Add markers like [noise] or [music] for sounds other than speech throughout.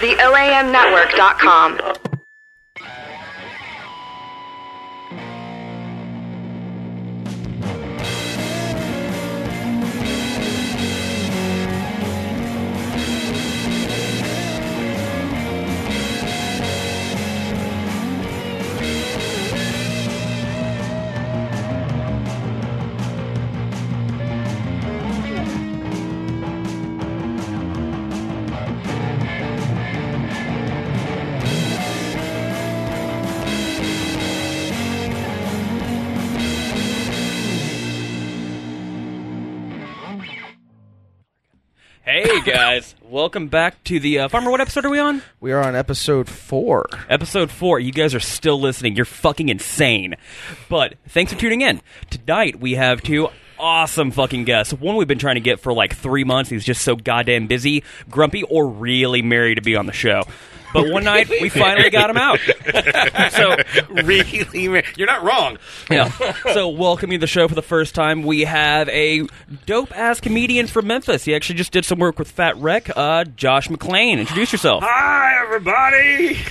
The OAMnetwork.com. [laughs] Hey guys, welcome back to the uh, Farmer. What episode are we on? We are on episode four. Episode four. You guys are still listening. You're fucking insane. But thanks for tuning in. Tonight we have two awesome fucking guests. One we've been trying to get for like three months. He's just so goddamn busy, grumpy, or really merry to be on the show. But [laughs] one night we finally got him [laughs] out. So [laughs] really, man. you're not wrong. yeah. So welcoming to the show for the first time, we have a dope ass comedian from Memphis. He actually just did some work with Fat Wreck, uh, Josh McLean. Introduce yourself. Hi, everybody. [laughs]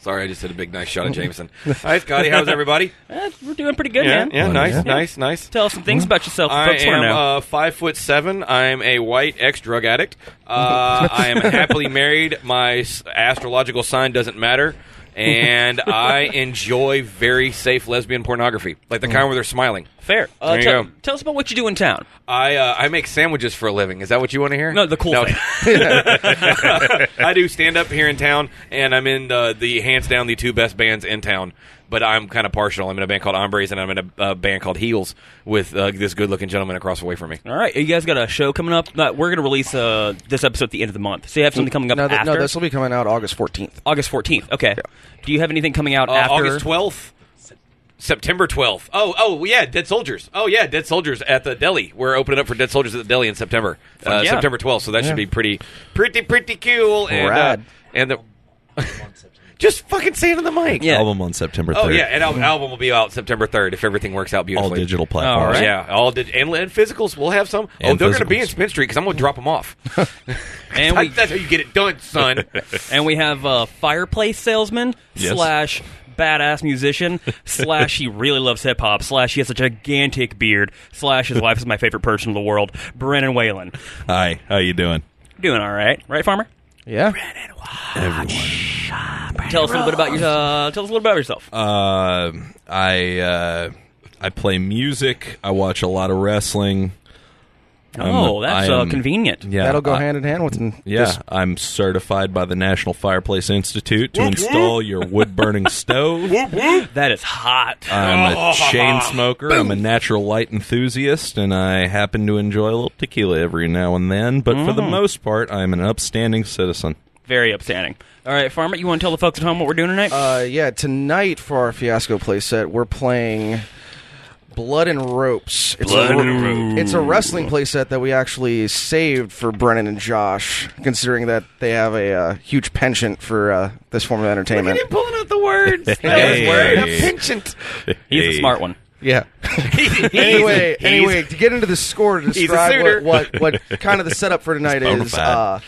Sorry, I just did a big nice shot at [laughs] Jameson. Hi, Scotty. How's everybody? Eh, we're doing pretty good, Yeah, man. yeah, nice, nice, nice. Tell us some things about yourself. I folks wanna am know. uh, five foot seven. I am a white ex drug addict. Uh, I am happily married. My s- astrological sign doesn't matter, [laughs] and I enjoy very safe lesbian pornography, like the kind where they're smiling. Fair. Uh, There you tell- go. Tell us about what you do in town. I uh, I make sandwiches for a living. Is that what you want to hear? No, the cool thing. [laughs] I do stand up here in town, and I'm in the, the hands down the two best bands in town. But I'm kind of partial. I'm in a band called Hombres, and I'm in a uh, band called Heels with uh, this good looking gentleman across the way from me. All right, you guys got a show coming up. Uh, we're going to release uh, this episode at the end of the month. So you have something coming up No, th- after no, this will be coming out August 14th. August 14th. Okay. Do you have anything coming out Uh, after August 12th. September 12th. Oh, oh, yeah, Dead Soldiers. Oh, yeah, Dead Soldiers at the deli. We're opening up for Dead Soldiers at the deli in September. Uh, yeah. September 12th, so that should be pretty, pretty, pretty cool. And, uh, Rad. and the, [laughs] just fucking say it on the mic. Yeah. album on September 3rd. Oh yeah, and al- album will be out September third if everything works out all beautifully. digital platforms. All right. Yeah, all dig- and, and physicals. We'll have some. oh, And they're going to be physicals. in Spin Street because I'm going to drop them off. And [laughs] we That's how you get it done, son. and we have uh, fireplace salesman Yes. slash badass [laughs] musician slash he really loves hip hop slash he has a gigantic beard slash his wife is my favorite person in the world. Brennan Whalen, Hi, how you doing? doing all right, right, farmer? Yeah. Everyone. Tell us a little bit about your. Uh, tell us a little bit about yourself. Uh, I uh, I play music. I watch a lot of wrestling. oh, that's I uh, am- convenient. Yeah, That'll go I- hand in hand with n- Yeah, this- I'm certified by the National Fireplace Institute to install your wood burning stove. That is hot. I'm a chain smoker. I'm a natural light enthusiast, and I happen to enjoy a little tequila every now and then. But for the most part, I'm an upstanding citizen. Very upstanding. All right, Farmer, you want to tell the folks at home what we're doing tonight? Uh, yeah, tonight for our Fiasco playset, we're playing Blood and Ropes. It's Blood a, and Ropes. It's a wrestling playset that we actually saved for Brennan and Josh, considering that they have a uh, huge penchant for uh, this form of entertainment. [laughs] pulling out the words. That Hey. was word. Penchant. He's the Hey. smart one. Yeah. [laughs] anyway, anyway, to get into the score to a describe suitor. what, what [laughs] what kind of the setup for tonight bona is. fide. Uh,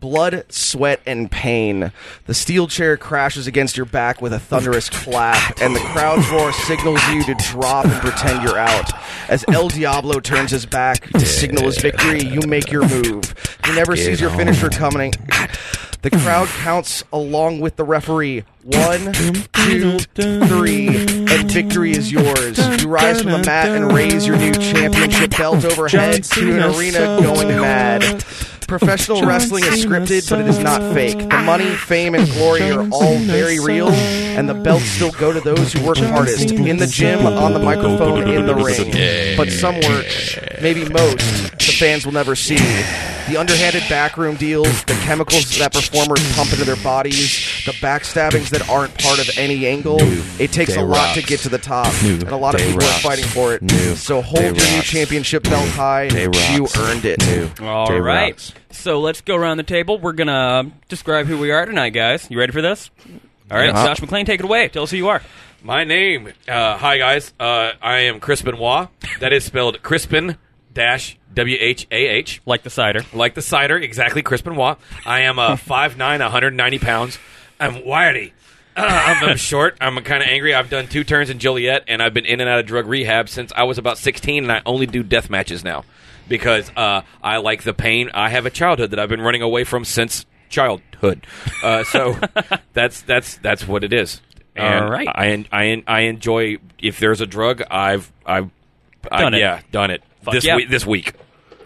Blood, sweat, and pain. The steel chair crashes against your back with a [laughs] thunderous clap, and the crowd roar signals you to drop and pretend you're out. As El Diablo turns his back to signal his victory, you make your move. He never sees your finisher coming. The crowd counts along with the referee. One, two, three, and victory is yours. You rise from the mat and raise your new championship belt overhead to an arena going mad. Professional wrestling is scripted, but it is not fake. The money, fame, and glory are all very real, and the belts still go to those who work hardest in the gym, on the microphone, in the ring. But some work, maybe most, the fans will never see. The underhanded backroom deals, the chemicals that performers pump into their bodies, the backstabbings that aren't part of any angle. It takes Day a lot to rocks. get to the top, and a lot of Day people rocks. are fighting for New it. So hold Day your new rocks. championship belt high. Day You rocks. earned it. All right. Jay Rocks. So let's go around the table. We're going to describe who we are tonight, guys. You ready for this? All right, Josh McLean, take it away. Tell us who you are. My name. Uh, hi, guys. Uh, I am Crispin Waugh. That is spelled Crispin dash W H A H. like the cider. Like the cider, exactly, Chris Benoit. I [laughs] am uh, 5'9", 190 pounds. I'm wirey. Uh, I'm, [laughs] I'm short. I'm kind of angry. I've done two turns in Joliet, and I've been in and out of drug rehab since I was about 16, and I only do death matches now because uh, I like the pain. I have a childhood that I've been running away from since childhood. Uh, [laughs] so that's that's that's what it is. And All right. I, I I enjoy if there's a drug I've I've I- Done it. yeah done it Fuck this yeah. week this week.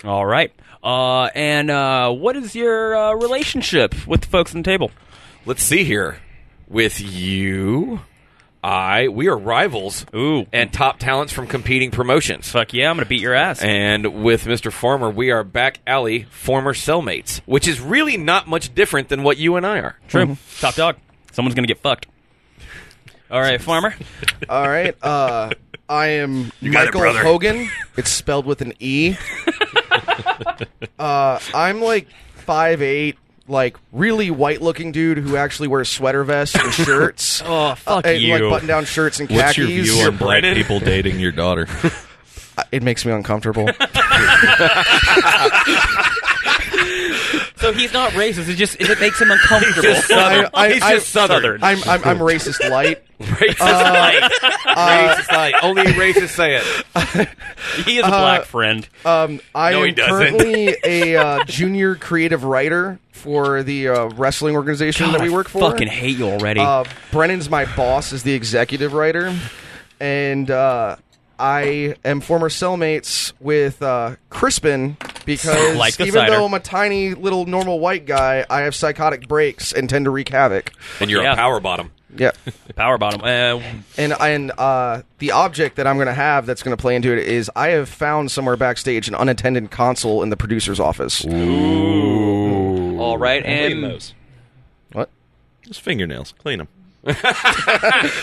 All right. Uh, and uh, what is your uh, relationship with the folks on the table? Let's see here. With you, I, we are rivals. Ooh. And top talents from competing promotions. Fuck yeah, I'm gonna beat your ass. And with Mr. Farmer, we are back alley former cellmates, which is really not much different than what you and I are. True. Mhm. Top dog. Someone's gonna get fucked. All [laughs] right, farmer. All right. Uh, I am Michael Hogan. It's spelled with an E. [laughs] uh, I'm like five eight, like really white looking dude who actually wears sweater vests and shirts. Oh fuck and, you. Like button down shirts and What's khakis. your view on black Brandon. people dating your daughter? [laughs] it makes me uncomfortable. so he's not racist. It just it makes him [laughs] uncomfortable. Just Southern. I- He's I- just Southern. I'm, I'm I'm racist light. racist light. racist light. Only racists say it. [laughs] he is a Uh, black friend. Um, I No, he am [laughs] doesn't. currently a uh, junior creative writer for the uh, wrestling organization that we God, I work for. Fucking hate you already. Uh, Brennan's my boss as the executive writer, and uh, I am former cellmates with uh, Crispin because Like the even cider. though I'm a tiny little normal white guy, I have psychotic breaks and tend to wreak havoc. And you're Yeah. a power bottom. Yeah. Power bottom. Uh, And and uh, the object that I'm going to have that's going to play into it is I have found somewhere backstage an unattended console in the producer's office. all right, Clean and those. What? Just fingernails. Clean them.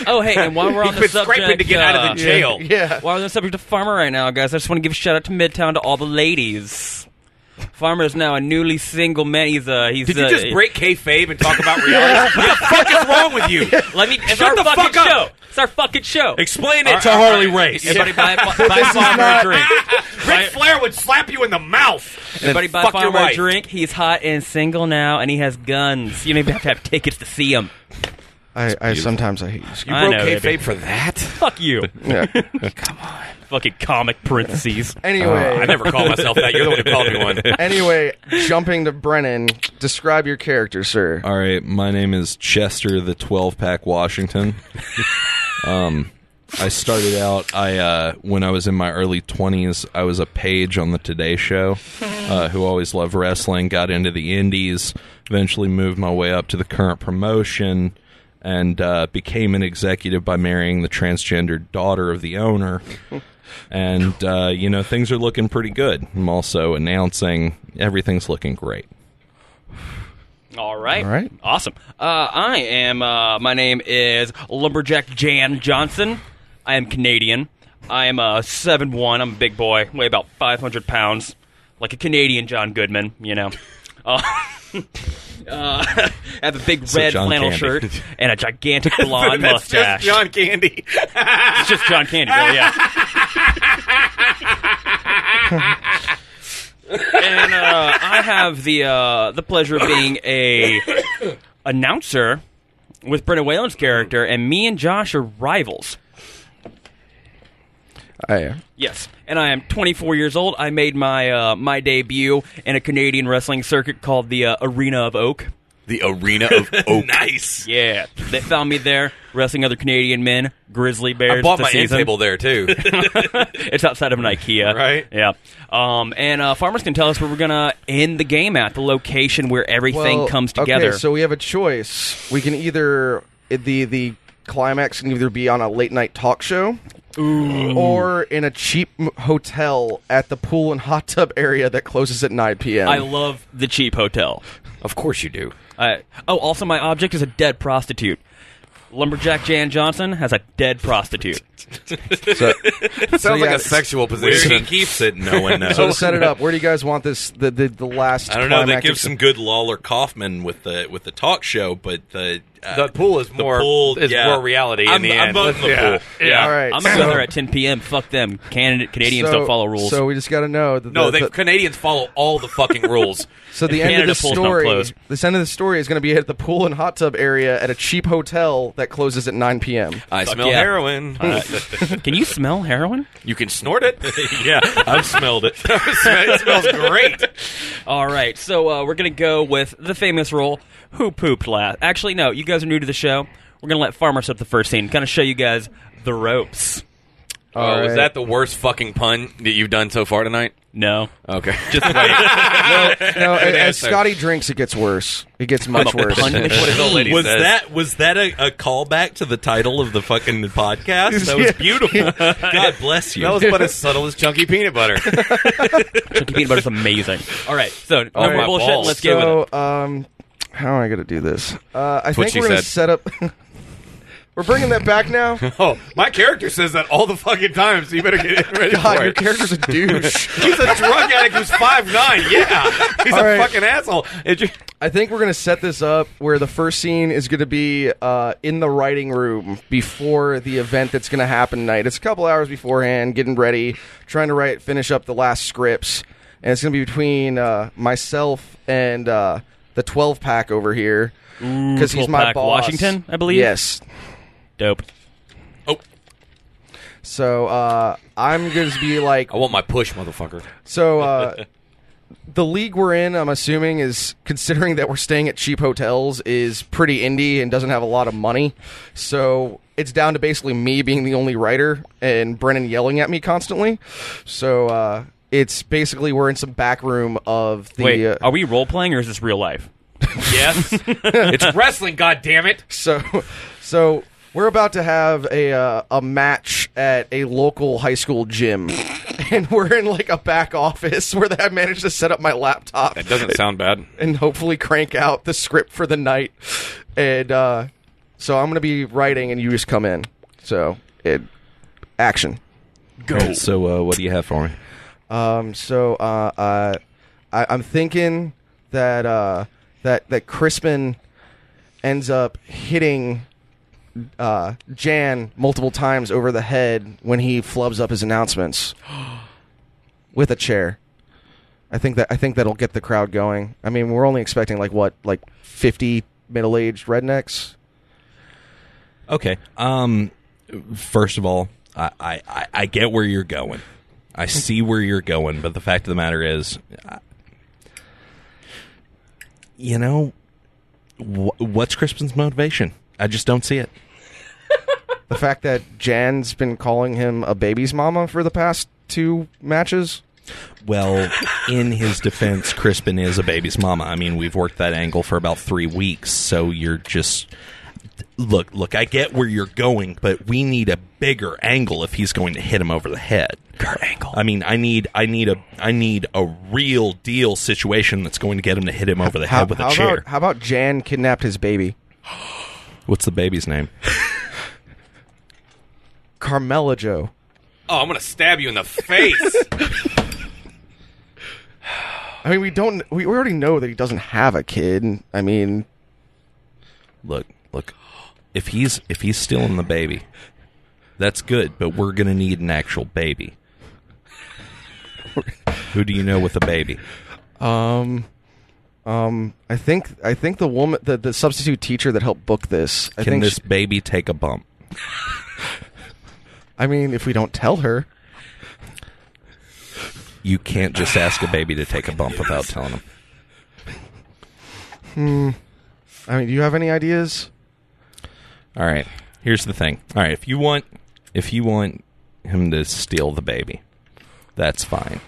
oh hey, and [laughs] while we're on He's the been subject, scraping to get out uh, of the jail. [laughs] Yeah. While we're on the subject of farmer right now, guys, I just want to give a shout out to Midtown to all the ladies. Farmer is now a newly single man. He's uh, he's Did you uh, just break kayfabe and talk about [laughs] reality? what the fuck is wrong with you? Let me. It's Shut our the fucking fuck up. show. It's our fucking show. Explain it to Harley Race. Everybody buy, [laughs] buy, buy is farmer not- a drink. Ric Flair would slap you in the mouth. Everybody buy fuck your farmer a wife. drink. He's hot and single now, and he has guns. You don't even have to have tickets to see him. I, I sometimes I hate you. Scott. You I broke know, kayfabe baby. for that? Fuck [laughs] you. Yeah. fucking comic parentheses. Anyway, Oh, I never call myself that. You're the one who called me [laughs] one. anyway, jumping to Brennan, describe your character, sir. All right, my name is Chester the 12 pack Washington. um I started out I uh when I was in my early 20s, I was a page on the Today show uh who always loved wrestling, got into the indies, eventually moved my way up to the current promotion and uh became an executive by marrying the transgendered daughter of the owner. And uh, you know things are looking pretty good. I'm also announcing everything's looking great. All right. All right. Awesome. Uh, I am, uh, my name is Lumberjack Jan Johnson. I am Canadian. I am uh, 7'1. I'm a big boy, weigh about 500 pounds, like a Canadian John Goodman, you know. Uh, [laughs] uh, [laughs] I have a big red John flannel Candy. shirt and a gigantic blonde That's mustache. just John Candy. [laughs] It's just John Candy, really, yeah. and uh, I have the uh, the pleasure of being a announcer with Brendan Whalen's character, and me and Josh are rivals. I am. Yes, and I am 24 years old. I made my uh, my debut in a Canadian wrestling circuit called the uh, Arena of Oak. The arena of oak. nice. Yeah, they found me there wrestling other Canadian men, grizzly bears. I bought the my end season. table there [laughs] too. it's outside of an IKEA, Right. Yeah. Um, and uh, farmers can tell us where we're gonna end the game at the location where everything Well, comes together. Okay, so we have a choice. We can either eh, the the climax can either be on a late night talk show, or in a cheap m- hotel at the pool and hot tub area that closes at nine p.m. I love the cheap hotel. of course you do. I, oh, also my object is a dead prostitute. Lumberjack Jan Johnson has a dead prostitute. [laughs] so, Sounds yeah, like a sexual position. [laughs] keeps it, no one knows. so to set it up, where do you guys want this? The the, the last. I don't know. They climactic- give some good Lawler Kaufman with the uh, with the talk show, but the Uh, the pool is more pool, is yeah. more reality I'm- in the I'm end. voting the Yeah. pool. Yeah. All right. I'm so- gonna go there at 10 p.m. Fuck them. Canada, Canadians so- don't follow rules. So we just got to know that No, the, they the- Canadians follow all the fucking rules. So If the end of Canada the pools don't story, close. this end of the story is going to be at the pool and hot tub area at a cheap hotel that closes at 9 p.m. [laughs] I Fuck smell Uh, yeah. heroin. Can you smell heroin? [laughs] you can snort [laughs] it. yeah, I've smelled [laughs] it. it smells great. All right, so uh, we're gonna go with the famous rule: who pooped last? Actually, no, you guys are new to the show. We're gonna let Farmer set the first scene, kind of show you guys the ropes. Oh, All is right. that the worst fucking pun that you've done so far tonight? No, Okay. just [laughs] wait. No, as, as so- Scotty drinks, it gets worse. It gets much a worse. pun machine. What is old [laughs] lady was says. that was that a, a callback to the title of the fucking [laughs] podcast? That was beautiful. [laughs] God bless you. That was about as subtle as chunky peanut butter. Chunky peanut butter's amazing. All right, so no Oh, more my bullshit. balls. Let's get with it. so, um, how am I going to do this? Uh, I what think she we're going to set said. up. [laughs] we're bringing that [laughs] back now. oh, my character says that all the fucking time, so you better get ready God, for your it. character's [laughs] a douche. He's a drug addict who's five nine. Yeah, he's All right. a fucking asshole. It ju- I think we're gonna set this up where the first scene is gonna be uh, in the writing room before the event that's gonna happen tonight. It's a couple hours beforehand, getting ready, trying to write, finish up the last scripts, and it's gonna be between uh, myself and uh, the twelve pack over here because he's 12 my pack boss. Washington, I believe? Yes. Dope. Oh, So uh, I'm gonna be like, I want my push, motherfucker. so. Uh, [laughs] The league we're in, I'm assuming, is considering that we're staying at cheap hotels, is pretty indie and doesn't have a lot of money. So it's down to basically me being the only writer and Brennan yelling at me constantly. So uh, it's basically we're in some back room of the. Wait, uh, are we role playing or is this real life? Yes, [laughs] it's wrestling. God damn it! [laughs] So, so we're about to have a uh, a match at a local high school gym, [laughs] and we're in like a back office [laughs] where I managed to set up my laptop That doesn't sound bad. and hopefully crank out the script for the night. And uh, so I'm gonna be writing, and you just come in. So it action. Go. so, uh, what do you have for me? Um, so uh, uh, I, I'm thinking that uh, that that Crispin ends up hitting uh, Jan multiple times over the head when he flubs up his announcements with a chair. I think that I think that'll get the crowd going. I mean, we're only expecting like what, like 50 middle-aged rednecks. Okay. Um, first of all, I, I, I- I get where you're going. I see where you're going, but the fact of the matter is, I, you know, wh- what's Crispin's motivation? I just don't see it. The fact that Jan's been calling him a baby's mama for the past two matches. Well, in his defense, Crispin is a baby's mama. I mean, we've worked that angle for about three weeks, so you're just look, look. I get where you're going, but we need a bigger angle if he's going to hit him over the head. Bigger angle. I mean, I need, I need a, I need a real deal situation that's going to get him to hit him over the head with a chair. About, how about Jan kidnapped his baby? What's the baby's name? Carmela Joe. Oh, I'm gonna stab you in the face. I mean, we don't. We already know that he doesn't have a kid. I mean, Look, look. If he's if he's stealing the baby, that's good. But we're gonna need an actual baby. Who do you know with a baby? um, um, I think I think the woman, the, the substitute teacher that helped book this. I Can think. this she- baby take a bump? I mean, if we don't tell her, You can't just ask a baby to take a bump without telling him. I mean, do you have any ideas? All right. Here's the thing. All right, if you want if you want him to steal the baby, that's fine.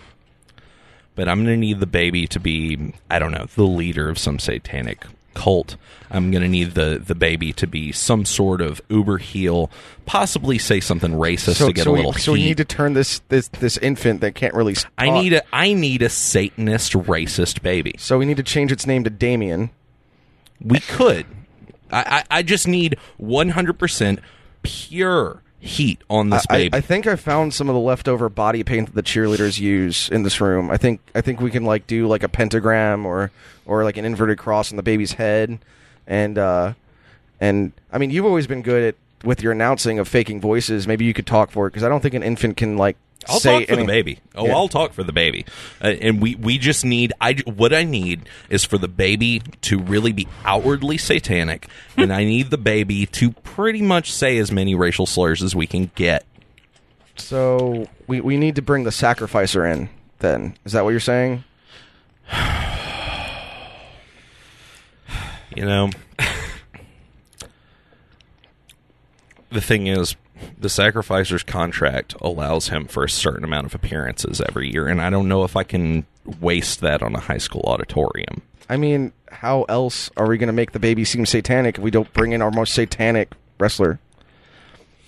But I'm going to need the baby to be I don't know, the leader of some satanic cult. I'm going to need the the baby to be some sort of uber heel, possibly say something racist to get so a we, little so we heat. need to turn this this this infant that can't really. Talk. I need a I need a satanist racist baby. So we need to change its name to Damien. We could. I, I, I just need 100% pure heat on this I, baby. I think I found some of the leftover body paint that the cheerleaders use in this room. I think I think we can like do like a pentagram or or like an inverted cross on the baby's head, and uh, And I mean, you've always been good at with your announcing of faking voices. Maybe you could talk for it because I don't think an infant can like I'll say talk for any- the baby. Oh, Yeah. I'll talk for the baby. Uh, and we we just need I what I need is for the baby to really be outwardly [laughs] satanic, and I need the baby to pretty much say as many racial slurs as we can get. So we we need to bring the sacrificer in. Then is that what you're saying? You know, [laughs] the thing is, the sacrificer's contract allows him for a certain amount of appearances every year, and I don't know if I can waste that on a high school auditorium. I mean, how else are we going to make the baby seem satanic if we don't bring in our most satanic wrestler?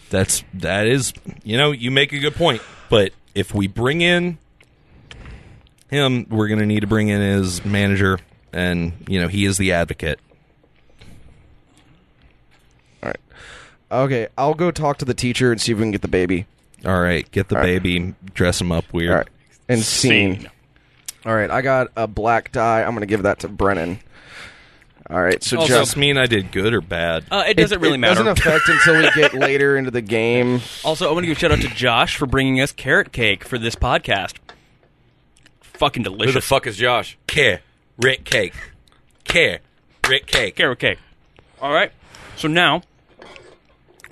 That's that is you know you make a good point, but if we bring in him, we're going to need to bring in his manager, and you know he is the advocate. All right. Okay, I'll go talk to the teacher and see if we can get the baby. All right, get the All right. baby, dress him up weird. All right. And scene. All right, I got a black die. I'm going to give that to Brennan. All right, so Does just this mean I did good or bad? Uh, it doesn't really matter. Doesn't affect until we [laughs] get later into the game. also, I want to give a shout out to Josh for bringing us carrot cake for this podcast. Fucking Who delicious. the fuck is Josh? Care, Rick Cake, care, Rick Cake. carrot cake. All right. So now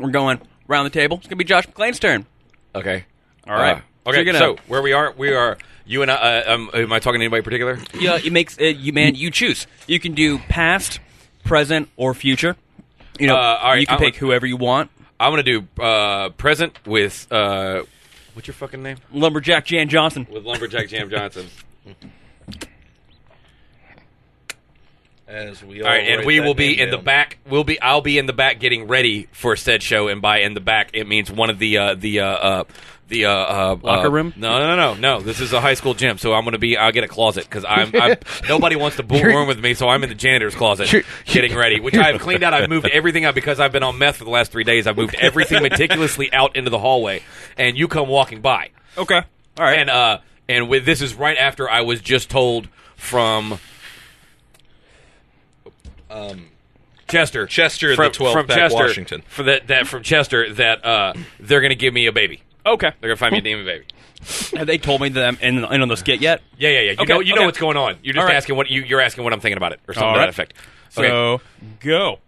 we're going round the table. It's gonna be Josh McClain's turn. Okay. All right. Uh, So okay. you're gonna- So where we are, we are. You and I. Uh, um, am I talking to anybody in particular? Yeah, it makes uh you man. You choose. You can do past, present, or future. You know, Uh, all right, you can I'm- pick whoever you want. I'm gonna do uh, present with uh, what's your fucking name? Lumberjack Jan Johnson. With lumberjack Jam Johnson. As we [laughs] All right, and we will be in the back. We'll be. I'll be in the back getting ready for said show. And by in the back, it means one of the uh, the uh, uh, the uh, uh, Locker uh, room? No, no, no, no. This is a high school gym, so I'm gonna be. I'll get a closet because I'm, I'm. Nobody wants to book room with me, so I'm in the janitor's closet You're- getting ready, which I've cleaned out. I've moved everything out because I've been on meth for the last three days. I've moved everything meticulously out into the hallway, and you come walking by. Okay. All right. And uh, and with this is right after I was just told from um, Chester, Chester, the from, 12 from pack Chester, Washington. for that that from Chester that uh, they're gonna give me a baby. okay. They're gonna find me a demon baby. Have they told me that I'm in, in on the skit yet? [laughs] Yeah, yeah, yeah. You Okay, know, you know okay. what's going on. You're just All right. asking what you, you're asking what I'm thinking about it or something All to right. that effect. So go.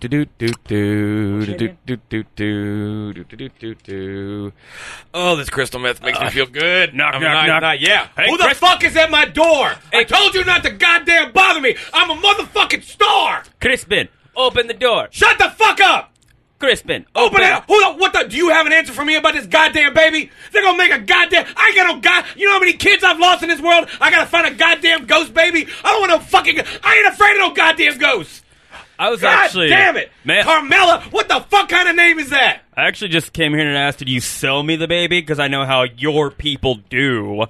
Do do do do do do do do do do do do. Oh, this crystal meth makes me feel good. knock, I'm knock, not, knock. not- yeah. Hey, Who the Chris- fuck is at my door? I told you not to goddamn bother me. I'm a motherfucking star. Crispin, open the door. Shut the fuck up. Crispin, Open it up. Who the what the? Do you have an answer for me about this goddamn baby? They're gonna make a goddamn. I ain't got no god. You know how many kids I've lost in this world? I gotta find a goddamn ghost baby. I don't want no fucking. I ain't afraid of no goddamn ghosts. I was God actually damn it, man. Carmella. What the fuck kind of name is that? I actually just came here and asked, did you sell me the baby? Because I know how your people do,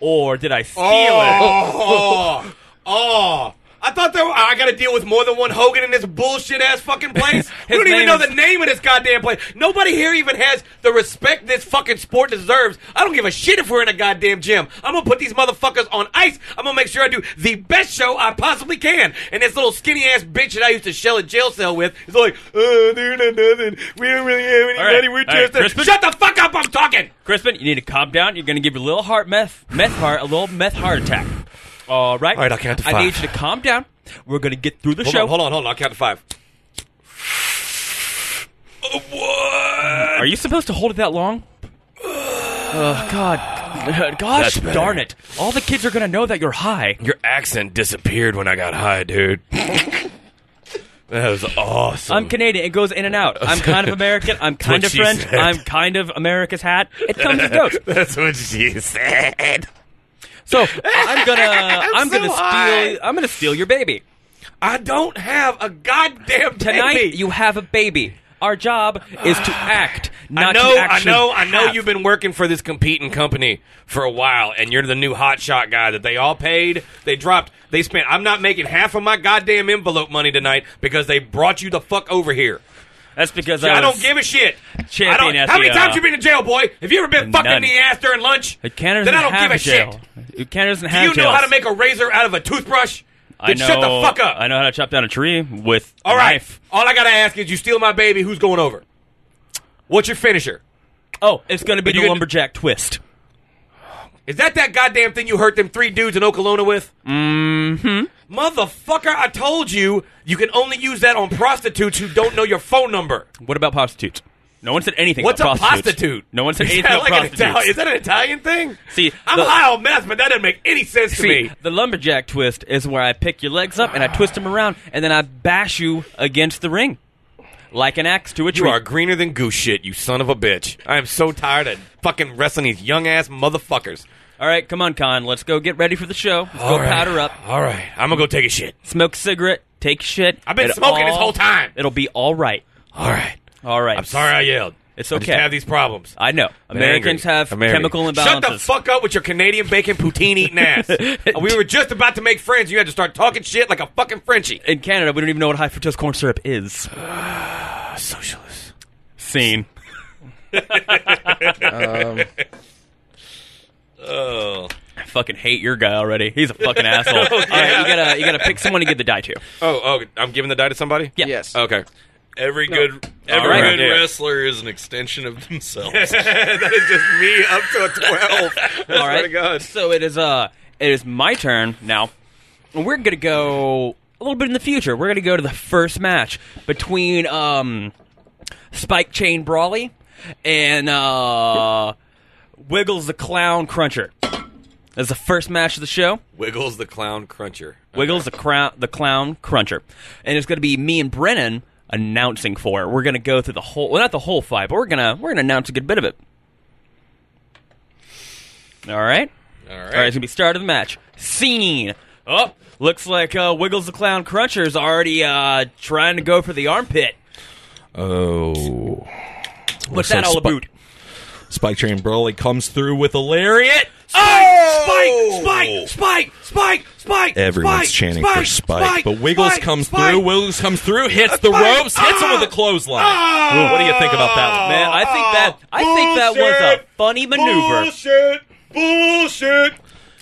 or did I steal it? Oh, oh. I thought there were, I got to deal with more than one Hogan in this bullshit ass fucking [laughs] place. we His don't even name know is- the name of this goddamn place. Nobody here even has the respect this fucking sport deserves. I don't give a shit if we're in a goddamn gym. I'm gonna put these motherfuckers on ice. I'm gonna make sure I do the best show I possibly can. And this little skinny ass bitch that I used to shell a jail cell with is like, oh, they're not nothing. We don't really have any All right, money. We're all right, just a-" Crispin? shut the fuck up. I'm talking. Crispin, you need to calm down. You're going to give your little heart meth, meth heart, a little meth heart attack. All right. All right, I'll count to I need five. you to calm down. We're going to get through the Hold show. on, hold on, hold on. I'll count to five. Uh, What? Are you supposed to hold it that long? Oh, God. Gosh better. darn it. All the kids are going to know that you're high. Your accent disappeared when I got [laughs] high, dude. that was awesome. I'm Canadian. It goes in and out. I'm [laughs] kind of American. I'm kind what of she French. said. I'm kind of America's hat. It comes and goes. That's what she said. So [laughs] I'm gonna I'm, so gonna steal high. I'm gonna steal your baby. I don't have a goddamn Tonight baby. you have a baby. Our job is [sighs] to act, I not know, to I actually know, I know. have. You've been working for this competing company for a while, and you're the new hotshot guy that they all paid. They dropped. They spent. I'm not making half of my goddamn envelope money tonight because they brought you the fuck over here. That's because I I, don't give a shit. Champion I don't, at how the, many times uh, you been in jail, boy? Have you ever been fucked none. in the ass during lunch? Canada then doesn't I don't have give a jail. shit. Canada doesn't Do have you know jails. how to make a razor out of a toothbrush? I Then know. shut the fuck up. I know how to chop down a tree with a All right. knife. All I gotta ask is, you steal my baby, who's going over? What's your finisher? Oh, it's going to be But you the could- lumberjack twist. Is that that goddamn thing you hurt them three dudes in Okolona with? Mm-hmm. Motherfucker, I told you you can only use that on prostitutes who don't know your phone number. What about prostitutes? No one said anything. What's about a prostitutes. prostitute? No one said [laughs] Is anything that about like an prostitutes. Italian, is that an Italian thing? See, I'm the- high on meth, but that doesn't make any sense to See, me. the lumberjack twist is where I pick your legs up and I twist them around, and then I bash you against the ring, like an axe to a You tree. are greener than goose shit, you son of a bitch. I am so tired of fucking wrestling these young ass motherfuckers. All right, come on, Con. Let's go get ready for the show. Let's go powder up, All right, I'm gonna go take a shit. smoke a cigarette, take a shit. I've been It smoking this all- whole time. It'll be all right. All right, All right. I'm sorry I yelled. It's I just okay. have these problems. I know I'm Americans angry. have I'm angry. chemical imbalances. Shut the fuck up with your Canadian bacon poutine [laughs] eating ass. we were just about to make friends. You had to start talking shit like a fucking Frenchie. In Canada, we don't even know what high fructose corn syrup is. A socialist. Scene. I fucking hate your guy already. He's a fucking asshole. All right, you gotta you gotta pick someone to give the die to. Oh, oh, I'm giving the die to somebody. Yeah. Yes. Okay. Every good every right. good Yeah. wrestler is an extension of themselves. [laughs] that is just me up to a twelve. All right. So it is uh it is my turn now. And we're gonna go a little bit in the future. We're gonna go to the first match between um Spike Chain Brawley and uh Wiggles the Clown Cruncher. That's the first match of the show. Wiggles the clown cruncher. Wiggles the crown, the clown cruncher, and it's going to be me and Brennan announcing for it. We're going to go through the whole, well, not the whole fight, but we're gonna we're gonna announce a good bit of it. All right, all right. All right it's gonna be start of the match. Scene. Oh, looks like uh, Wiggles the clown cruncher is already uh, trying to go for the armpit. Oh. What's Looks like that all Spi- about? Spike Train Broly comes through with a lariat. Oh! Spike! Spike! Spike! Spike! Spike! Everyone's Spike, chanting for Spike, but Wiggles Spike, comes Spike. through. Wiggles comes through, hits the Spike. ropes, hits him with a clothesline. Ah! what do you think about that one? Man, I think that I think that was Bullshit. a funny maneuver. Bullshit! Bullshit!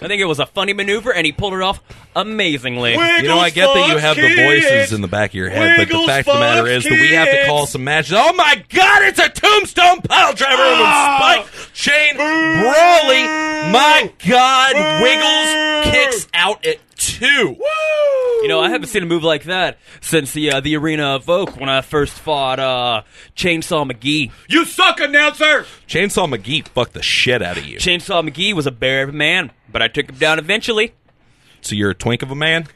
I think it was a funny maneuver, and he pulled it off amazingly. Wiggles You know, I get that you have the voices in the back of your head, but the Wiggles fact of the matter fucks is that we have to kids. call some matches. Oh my God, it's a tombstone piledriver Ah! and Spike Chain Broly. My God, Wiggles kicks out at two. You know, I haven't seen a move like that since the uh, the arena of Oak when I first fought uh, Chainsaw McGee. You suck, announcer! Chainsaw McGee fucked the shit out of you. Chainsaw McGee was a bear of a man, but I took him down eventually. So you're a twink of a man.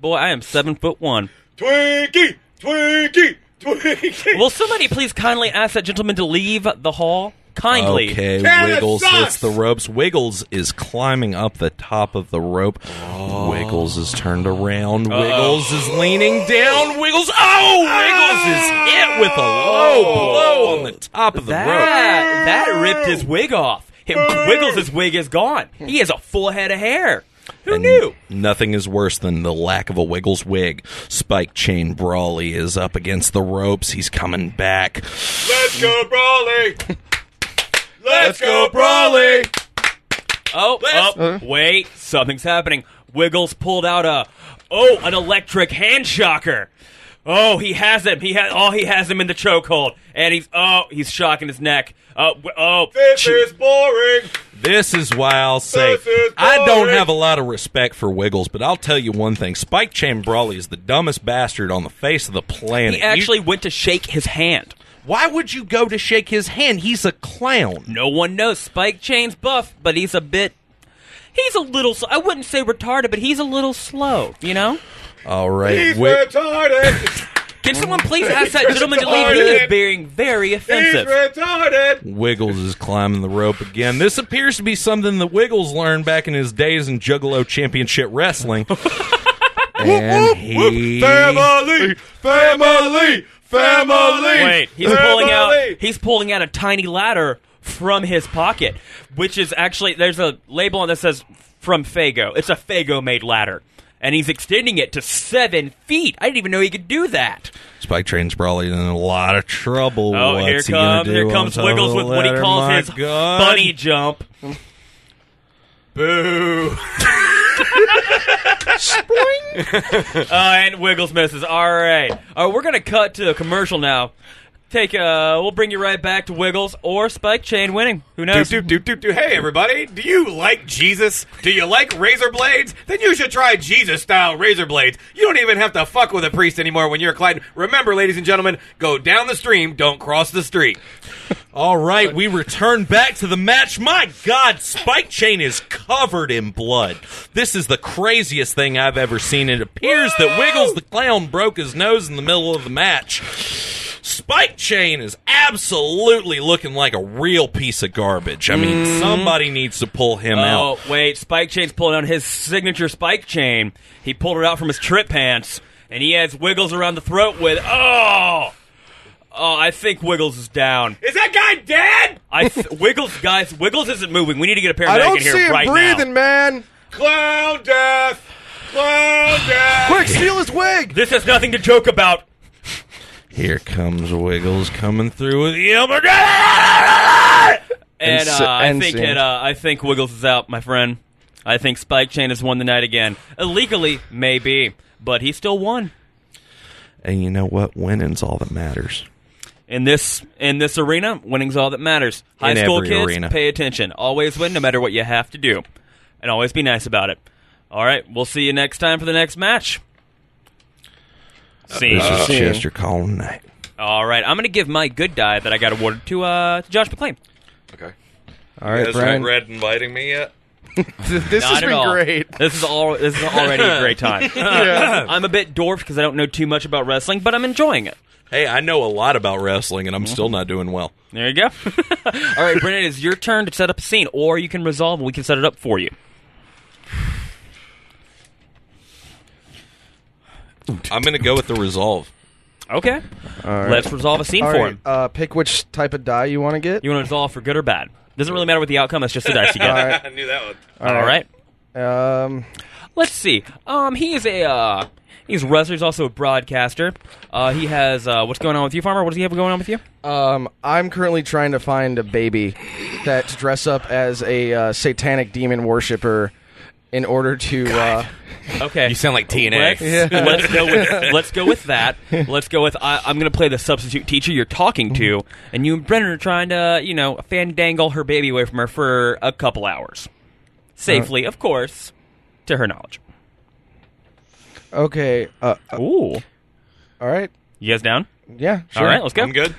Boy, I am seven foot one. Twinkie! Twinkie! Twinkie! Will somebody please kindly ask that gentleman to leave the hall? Kindly. Okay, Canada Wiggles sucks! hits the ropes. Wiggles is climbing up the top of the rope. Wiggles is turned around. Wiggles is leaning down. Wiggles. Oh, Wiggles is hit with a low blow on the top of the rope. That that ripped his wig off. Him, Wiggles' his wig is gone. He has a full head of hair. Who And knew? Nothing is worse than the lack of a Wiggles wig. Spike Chain Brawley is up against the ropes. He's coming back. Let's go, Brawley! Let's go, Brawley! Oh, oh, wait, something's happening. Wiggles pulled out a oh, an electric hand shocker. Oh, he has him. He has oh, he has him in the chokehold, and he's oh, he's shocking his neck. Oh, w- oh, boring! This is why I'll say This is I don't boring. have a lot of respect for Wiggles, but I'll tell you one thing: Spike Chain Brawley is the dumbest bastard on the face of the planet. he actually You- went to shake his hand. why would you go to shake his hand? He's a clown. No one knows Spike Chain's buff, but he's a bit. He's a little. sl- I wouldn't say retarded, but he's a little slow. You know. All right, He's Wig- [laughs] retarded! Can someone please ask that gentleman to leave? He is being very He's offensive. retarded! Wiggles is climbing the rope again. This appears to be something that Wiggles learned back in his days in Juggalo Championship [laughs] Wrestling. and he Family! Family! Family! Wait, he's pulling out. He's pulling out a tiny ladder from his pocket, which is actually there's a label on that says from Fago. It's a Fago made ladder, and he's extending it to seven feet. I didn't even know he could do that. Spike Train's probably in a lot of trouble. Oh, What's here he gonna comes do here on comes top of Wiggles the with what he ladder? calls [laughs] My his God. bunny jump. Boo! [laughs] Uh, and Wiggles misses. All right. All right, we're going to cut to a commercial now. Take uh, we'll bring you right back to Wiggles or Spike Chain winning. Who Do, knows? do, do, do, do. Hey, everybody. Do you like Jesus? Do you like razor blades? Then you should try Jesus style razor blades. You don't even have to fuck with a priest anymore when you're a client. Remember, ladies and gentlemen, go down the stream, don't cross the street. All right, we return back to the match. My God, Spike Chain is covered in blood. This is the craziest thing I've ever seen. It appears that Wiggles the Clown broke his nose in the middle of the match. Spike Chain is absolutely looking like a real piece of garbage. I mean, Mm-hmm. somebody needs to pull him out. Oh wait, Spike Chain's pulling out his signature Spike Chain. He pulled it out from his trip pants, and he has Wiggles around the throat with. Oh, oh, I think Wiggles is down. Is that guy dead? I th- Wiggles, guys, Wiggles isn't moving. We need to get a I paramedic don't in see here him right breathing, now. man. Clown death. Clown death. Quick, steal his wig. This has nothing to joke about. Here comes Wiggles coming through with the elbow. And And uh, s- I and think sing. it, uh, I think Wiggles is out, my friend. I think Spike Chain has won the night again. Illegally, maybe, but he still won And you know what? Winning's all that matters. in this in this arena. Winning's all that matters. High In school every kids, arena. pay attention. Always win, no matter what you have to do, and always be nice about it. All right, we'll see you next time for the next match. See. This uh, is see. Chester calling night. All right, I'm gonna give my good die that I got awarded to uh to Josh McClain. Okay. All right, Is Brian. Red inviting me yet? This Not has at been all. great. This is all. This is already a great [laughs] time. I'm a bit dwarfed because I don't know too much about wrestling, but I'm enjoying it. Hey, I know a lot about wrestling, and I'm still not doing well. There you go. [laughs] all right, Brennan, it's your turn to set up a scene, or you can resolve and we can set it up for you. I'm going to go with the resolve. Okay. Let's resolve a scene All for right, him. uh, pick which type of die you want to get. You want to resolve for good or bad? Doesn't really matter what the outcome. It's just the dice you get. All right. [laughs] I knew that one. All right. Um, Let's see. Um, he is a uh, he's a wrestler. He's also a broadcaster. Uh, he has uh, what's going on with you, Farmer? What does he have going on with you? um, I'm currently trying to find a baby that to dress up as a uh, satanic demon worshiper in order to. Uh, Okay. You sound like Let's, [laughs] TNA. let's go with let's go with that. Let's go with I, I'm going to play the substitute teacher you're talking to, and you and Brennan are trying to you know fandangle her baby away from her for a couple hours, safely, of course, to her knowledge. okay. Uh, uh, Ooh, all right. you guys down? Yeah. Sure. All right, let's go. I'm good.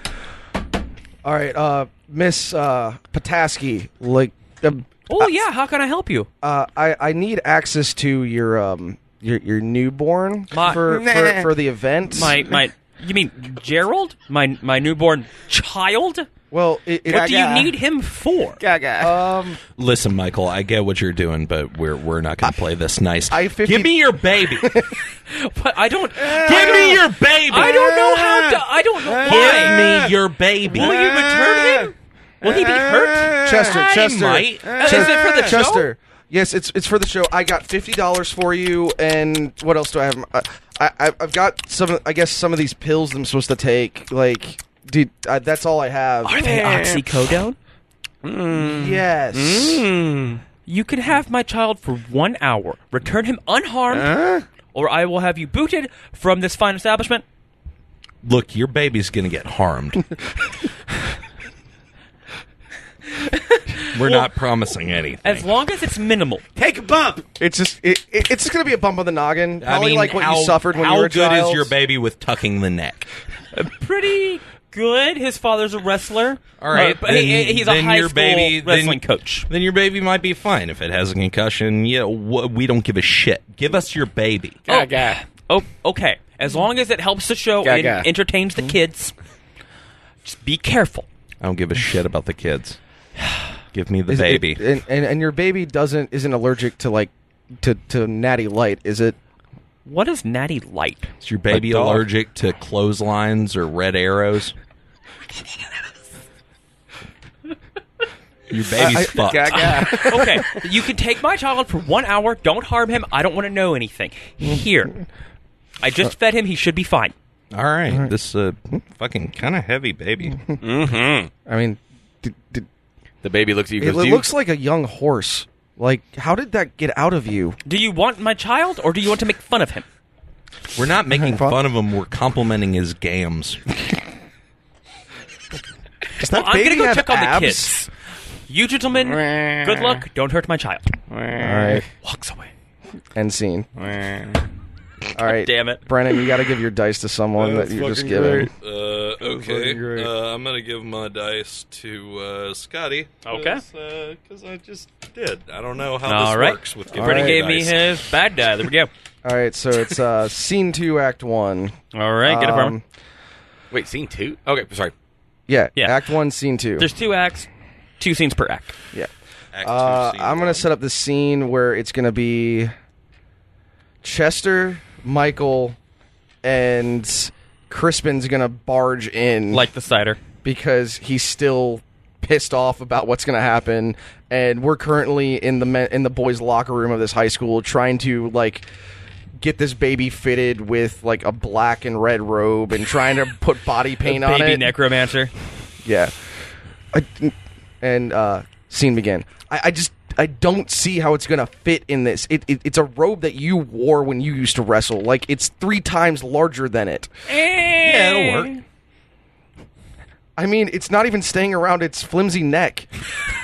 All right. Uh, Miss uh, Pataski, like, um, Oh yeah, how can I help you? uh, I I need access to your um your your newborn My- for, [laughs] for for the event. My my, you mean Gerald? My my newborn child? well, it, it, What do you need him for? Um, Listen, Michael, I get what you're doing, but we're we're not going to play this nice. I- 50 Give me your baby. But I don't. Give me your baby. I don't know how to. I don't know Eh. Give why. me your baby. Will you return him? Will he be hurt? [laughs] Chester, I Chester, might. Chester, Is it for the show? Chester. Yes, it's it's for the show. I got fifty dollars for you, and what else do I have? I, I I've got some. I guess some of these pills that I'm supposed to take. Like, dude, I, that's all I have. Are they oxycodone? Yes. Mm. You can have my child for one hour. Return him unharmed, or I will have you booted from this fine establishment. Look, your baby's going to get harmed. we're not promising anything. As long as it's minimal. Take a bump. It's just it, it, it's just gonna be a bump on the noggin. Probably like what how- you suffered when how you were a good child. is your baby with tucking the neck? Pretty good. His father's a wrestler. All right, but he- then- he- he's a then high your school baby- then- wrestling coach. Then your baby might be fine if it has a concussion. Yeah, wh- we don't give a shit. Give us your baby. Oh, oh, okay. As long as it helps the show and Gaga. entertains Hmm? the kids, just be careful. I don't give a shit about the kids. [sighs] Give me the Is it- baby. and, and and your baby doesn't isn't allergic to like to to natty light, is it? What is Natty Light? Is your baby A dog. allergic to clotheslines or red arrows? your baby's fucked. okay, you can take my child for one hour. Don't harm him. I don't want to know anything. Here, I just Uh, fed him. He should be fine. All right, this uh, fucking kind of [laughs] heavy baby. I mean, d- d- The baby looks at you. it goes, "Do you- looks like a young horse. Like, how did that get out of you? Do you want my child, or do you want to make fun of him? We're not making Fun- fun of him. We're complimenting his gams. Does that I'm baby gonna go have check abs? on the kids. You gentlemen, good luck. Don't hurt my child. All right, Walks away. [laughs] end scene. All right, Damn it. Brennan, you got to give your dice to someone that, That's you're just fucking giving. great. Uh, okay, fucking great. uh, I'm gonna give my dice to uh, Scotty. Okay. because I just did. I don't know how All this right. works with All giving Brittany right. gave me dice. his bad die. There we go. All right, so [laughs] it's uh, scene two, act one. All right, get it, Barman. Um, Wait, scene two? Okay, sorry. yeah, Yeah. act one, scene two. There's two acts, two scenes per act. yeah, Act two, uh, scene I'm gonna one. set up the scene where it's gonna be Chester, Michael, and Crispin's gonna barge in Like the cider. because he's still pissed off about what's going to happen and we're currently in the men, in the boys locker room of this high school trying to like get this baby fitted with like a black and red robe and trying to put body paint on Baby it necromancer. yeah I, and uh scene begin I, I just I don't see how it's gonna fit in this. It, it it's a robe that you wore when you used to wrestle. Like it's three times larger than it. Yeah, it'll work. I mean, it's not even staying around its flimsy neck.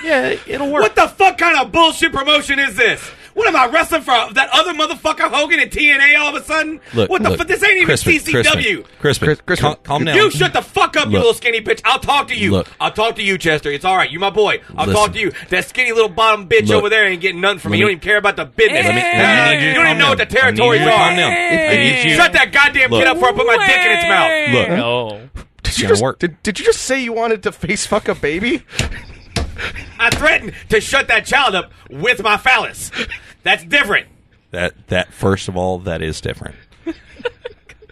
Yeah, it'll work. What the fuck kind of bullshit promotion is this? What am I wrestling for? That other motherfucker Hogan at TNA all of a sudden? Look, what the look, fuck? This ain't even Crispin, CCW. Crispin, Crispin, Cris- Crispin. cal- calm down. You shut the fuck up, you Look. little skinny bitch. I'll talk to you. Look. I'll talk to you, Chester. It's all right. You my boy. I'll Listen. talk to you. That skinny little bottom bitch Look. over there ain't getting nothing from me. Let You don't me- even care about the business. Let me- Uh, let me- you don't even know what the I need you to territories are. calm down. I need you- Shut that goddamn Look. kid up before I put my dick in its mouth. Look. No. [laughs] Did you gonna just work. Did, did you just say you wanted to face fuck a baby? I threatened to shut that child up with my phallus. That's different. That that first of all, that is different.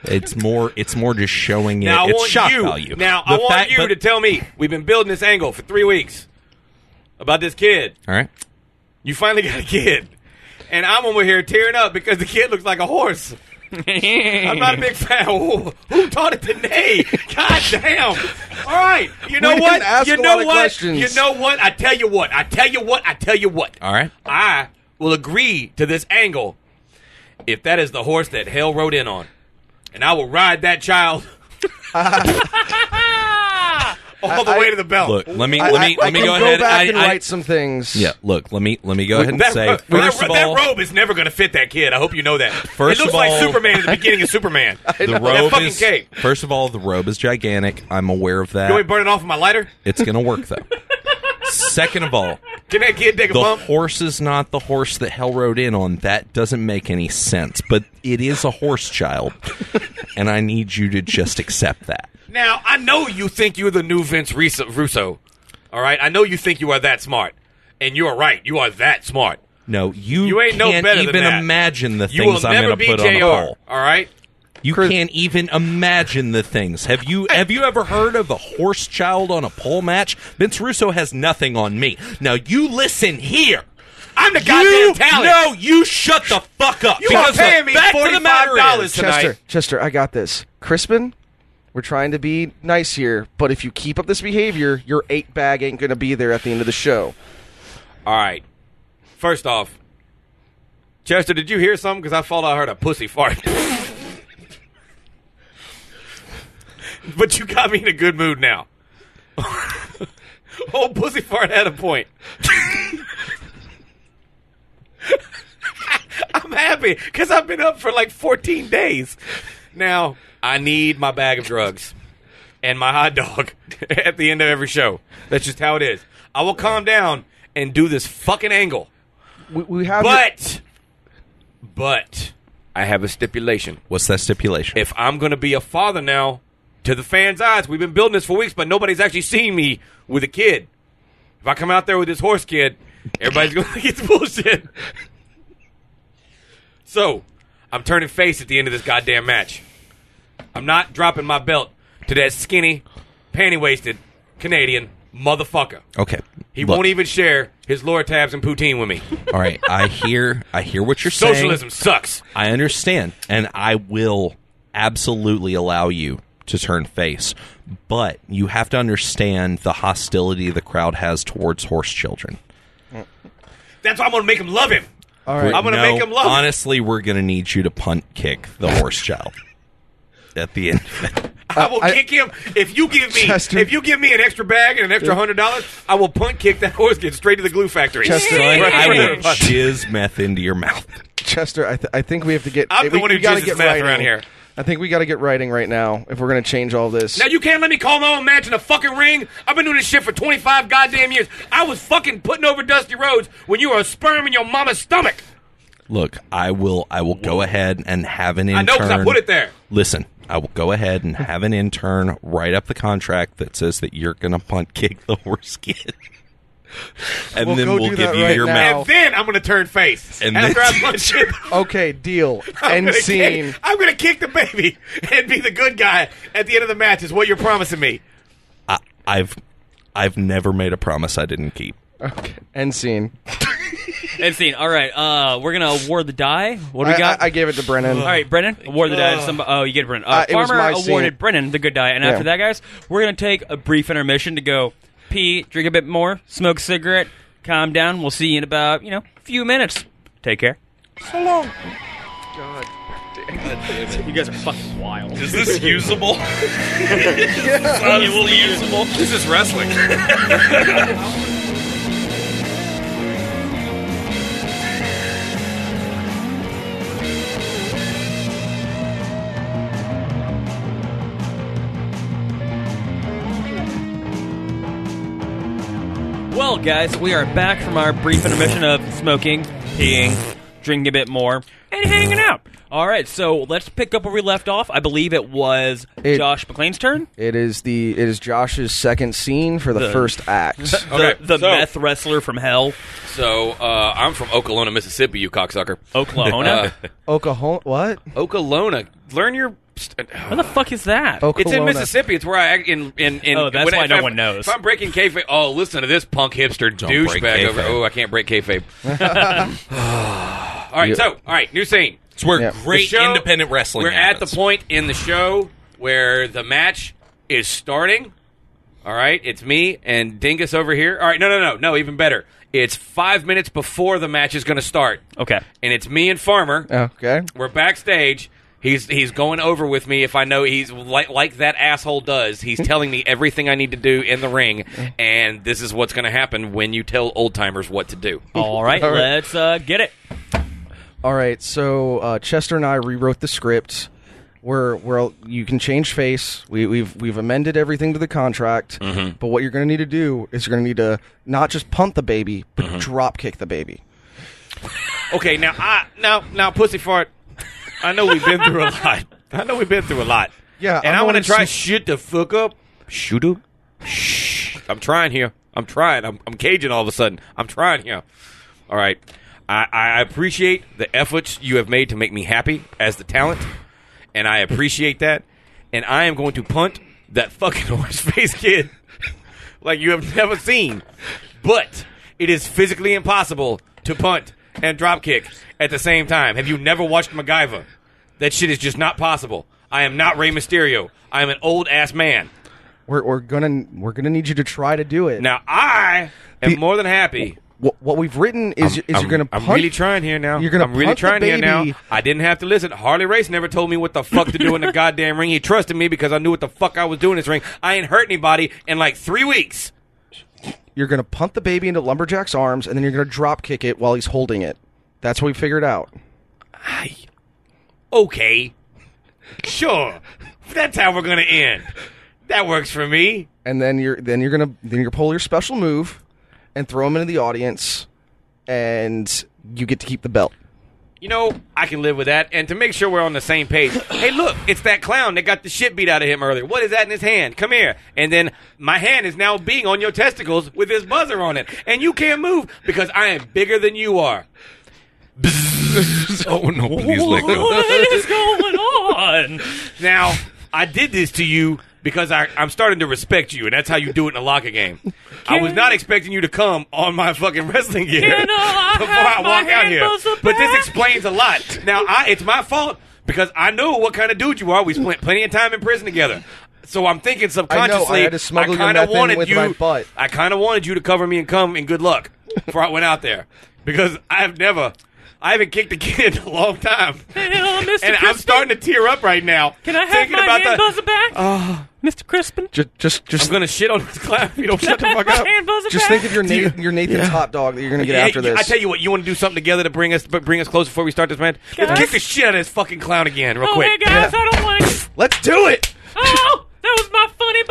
It's more. It's more just showing it. Now I it's want shock you. value. Now The I want fact- you but- to tell me we've been building this angle for three weeks about this kid. all right. You finally [laughs] got a kid, and I'm over here tearing up because the kid looks like a horse. I'm not a big fan. Who, who taught it to Nay? God damn! All right, you know We what? didn't ask you a know lot of what? questions. You know what? I tell you what. I tell you what. I tell you what. All right. I will agree to this angle if that is the horse that hell rode in on, and I will ride that [laughs] child all the I- way to the belt. Look. Let me. I- Let I- me. I let me can go ahead. back I, and I- write some things. yeah. Look. Let me. Let me go ahead and that, say. ro- First that, of all, that robe is never going to fit that kid. I hope you know that. First it looks of like all- Superman at the beginning of [laughs] Superman. the that robe fucking is. cape. First of all, the robe is gigantic. I'm aware of You ain't that. burning off of my lighter? It's gonna work though. Second of all, Can that kid take a the bump? horse is not the horse that hell rode in on. That doesn't make any sense. But it is a horse child, and I need you to just accept that. Now I know you think you're the new Vince Russo. Russo all right, I know you think you are that smart, and you are right. You are that smart. No, you, You ain't no can't better than even that. imagine the You will things I'm never going to be put Jr. on a poll. all right, You can't even imagine the things. Have you have you ever heard of a horse child on a pole match? Vince Russo has nothing on me. Now you listen here. I'm the you, goddamn talent. No, you shut the fuck up. You because are paying the me fact of forty the matter five dollars is, tonight. Chester, Chester, I got this. Crispin, we're trying to be nice here, but if you keep up this behavior, your eight bag ain't going to be there at the end of the show. All right. First off, Chester, did you hear something? Because I thought I heard a pussy fart. [laughs] but you got me in a good mood now. [laughs] Old pussy fart had a point. [laughs] I'm happy because I've been up for like 14 days. Now I need my bag of drugs and my hot dog [laughs] at the end of every show. That's just how it is. I will calm down and do this fucking angle. We, we have But, but, I have a stipulation. what's that stipulation? If I'm going to be a father now, to the fans' eyes, we've been building this for weeks, but nobody's actually seen me with a kid. If I come out there with this horse kid, everybody's going to [laughs] think it's bullshit. So, I'm turning face at the end of this goddamn match. I'm not dropping my belt to that skinny, panty waisted Canadian motherfucker. okay, He look, won't even share his lore tabs and poutine with me. All right, I hear I hear what you're [laughs] saying. Socialism sucks. I understand, and I will absolutely allow you to turn face, but you have to understand the hostility the crowd has towards horse children. That's why I'm gonna make him love him. All right. I'm gonna No, make him love. him. Honestly, we're gonna need you to punt kick the [laughs] horse child at the end. I will I- kick him if you give me Chester- if you give me an extra bag and an extra hundred dollars. I will punt kick that [laughs] horse, get straight to the glue factory. Chester, Son, Right I in will front of her. jizz meth into your mouth. Chester, I, th- I think we have to get. I'm we, the one who we gotta jizzes get math writing. around here. I think we got to get writing right now if we're going to change all this. Now you can't let me call my own match in a fucking ring. I've been doing this shit for 25 goddamn years. I was fucking putting over dusty roads when you were a sperm in your mama's stomach. Look, I will. I will go ahead and have an intern. I know 'cause I put it there. Listen, I will go ahead and have an intern write up the contract that says that you're gonna punt kick the horse kid, and Well, then go we'll do give that you right your now. mouth. Ow. And then I'm gonna turn face. And after then- I [laughs] punch it, okay, deal. I'm End gonna, scene. [laughs] kick, I'm gonna kick the baby [laughs] and be the good guy at the end of the match. Is what you're promising me. I, I've, I've never made a promise I didn't keep. Okay, end scene. End scene. All right, uh, we're gonna award the die. What do we I, got? I, I gave it to Brennan. All right, Brennan, award the die to somebody. Oh, you get Brennan. Uh, Uh, it was Farmer my awarded scene. Brennan the good die. And after Yeah. that, guys, we're going to take a brief intermission to go pee, drink a bit more, smoke a cigarette, calm down. We'll see you in about, you know, a few minutes. Take care. So long. God damn it. You guys are fucking wild. Is this usable? usable. This is wrestling. Well, guys, we are back from our brief intermission of smoking, peeing, drinking a bit more, and hanging out. All right, so let's pick up where we left off. I believe it was It- Josh McLean's turn. It is the it is Josh's second scene for the, The- first [laughs] act. The, Okay, the so- meth wrestler from hell, So uh, I'm from Oklahoma, Mississippi. You cocksucker. Oklahoma. Uh, Oklahoma. What? Oklahoma. Learn your. St- Where the fuck is that? Oklahoma. It's in Mississippi. It's where I act in in. in Oh, that's when I- why if no I'm- one knows. If I'm breaking kayfabe, oh, listen to this punk hipster break douchebag over. kayfabe. Oh, I can't break kayfabe. [laughs] all right, Yeah. so all right, new scene. It's where Yeah. great The show- independent wrestling. We're at happens. the point in the show where the match is starting. All right, it's me and Dingus over here. All right, no, no, no, no, even better. It's five minutes before the match is going to start, Okay. and it's me and Farmer. Uh, Okay. We're backstage. He's he's going over with me if I know he's like like that asshole does. [laughs] He's telling me everything I need to do in the ring, and this is what's going to happen when you tell old timers what to do. Oh, All right, All right. let's uh, get [laughs] it. All right. So uh, Chester and I rewrote the script. We're, we're you can change face. We, we've we've amended everything to the contract. Mm-hmm. But what you're going to need to do is you're going to need to not just punt the baby, but Mm-hmm. drop kick the baby. Okay, now I now now pussy fart. I know we've been through a lot. I know we've been through a lot. Yeah, and I'm I want to going to- try shit the fuck up. Shoot up. Shh. I'm trying here. I'm trying. I'm I'm caging all of a sudden. I'm trying here. All right. I, I appreciate the efforts you have made to make me happy as the talent, and I appreciate that. And I am going to punt that fucking [laughs] horse face kid like you have never seen. But it is physically impossible to punt and drop kick at the same time. Have you never watched MacGyver? That shit is just not possible. I am not Rey Mysterio. I am an old ass man. We're, we're gonna we're gonna need you to try to do it. Now I am The- more than happy. what, what we've written is is I'm, you're gonna. I'm punt- really trying here now. You're gonna I'm really punt the trying here now. baby. I didn't have to listen. Harley Race never told me what the fuck to do in the [laughs] goddamn ring. He trusted me because I knew what the fuck I was doing in this ring. I ain't hurt anybody in like three weeks. You're gonna punt the baby into Lumberjack's arms, and then you're gonna drop kick it while he's holding it. That's what we figured out. I, okay, sure. That's how we're gonna end. That works for me. and then you're then you're gonna then you're gonna pull your special move and throw him into the audience, and you get to keep the belt. You know, I can live with that. And to make sure we're on the same page, hey, look, it's that clown that got the shit beat out of him earlier. What is that in his hand? Come here. And then my hand is now being on your testicles with this buzzer on it, and you can't move because I am bigger than you are. oh no! Please let go. What is going on? Now, I did this to you because I, I'm starting to respect you, and that's how you do it in a locker game. I was not expecting you to come on my fucking wrestling gear Can I [laughs] before have I my walk out hand here. muscle But this back? explains a lot. Now, I, it's my fault because I know what kind of dude you are. We spent plenty of time in prison together. So I'm thinking subconsciously, had to smuggle your kinda meth in wanted with you. my butt. I kind of wanted you to cover me and come, and good luck before I went out there. because I've never, I haven't kicked a kid in a long time, Hello, Mr. and I'm Crispin. starting to tear up right now. Can I have thinking my about hand the- Oh. buzzer back? Mr. Crispin? Just, just, just, I'm gonna shit on this clap if you don't shut the fuck [laughs] my up. hand buzzer just back? think of your Nathan, your Nathan's hot dog that you're gonna get Yeah, after you- this. I tell you what, you want to do something together to bring us bring us close before we start this, man. Let's Guys? kick the shit out of this fucking clown again, real oh, quick. hey, guys, I don't want [laughs] to. Let's do it. Oh, that was my funny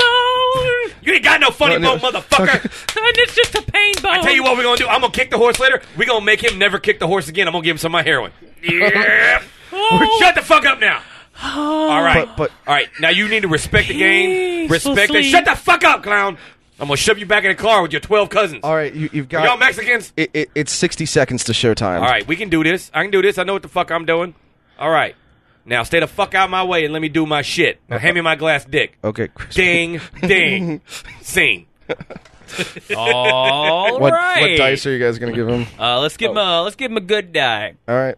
bone. You ain't got no funny No, no. bone, motherfucker. And it's just a pain bone. I tell you what we're gonna do. I'm gonna kick the horse later. We're gonna make him never kick the horse again. I'm gonna give him some of [laughs] my heroin. Yep. Oh. Shut the fuck up now. All right. But- but- all right. Now you need to respect the game. Peaceful Respect it. sleep. Shut the fuck up, clown. I'm gonna shove you back in the car with your 12 cousins. All right, you, you've got Y'all Mexicans? It, it, it's sixty seconds to showtime. All right, we can do this. I can do this. I know what the fuck I'm doing. All right. Now stay the fuck out of my way and let me do my shit. Now hand me my [laughs] glass dick. Okay. Chris. Ding, ding, sing. All What, right. what dice are you guys gonna give him? Uh, let's give him a let's give him a good die. All right.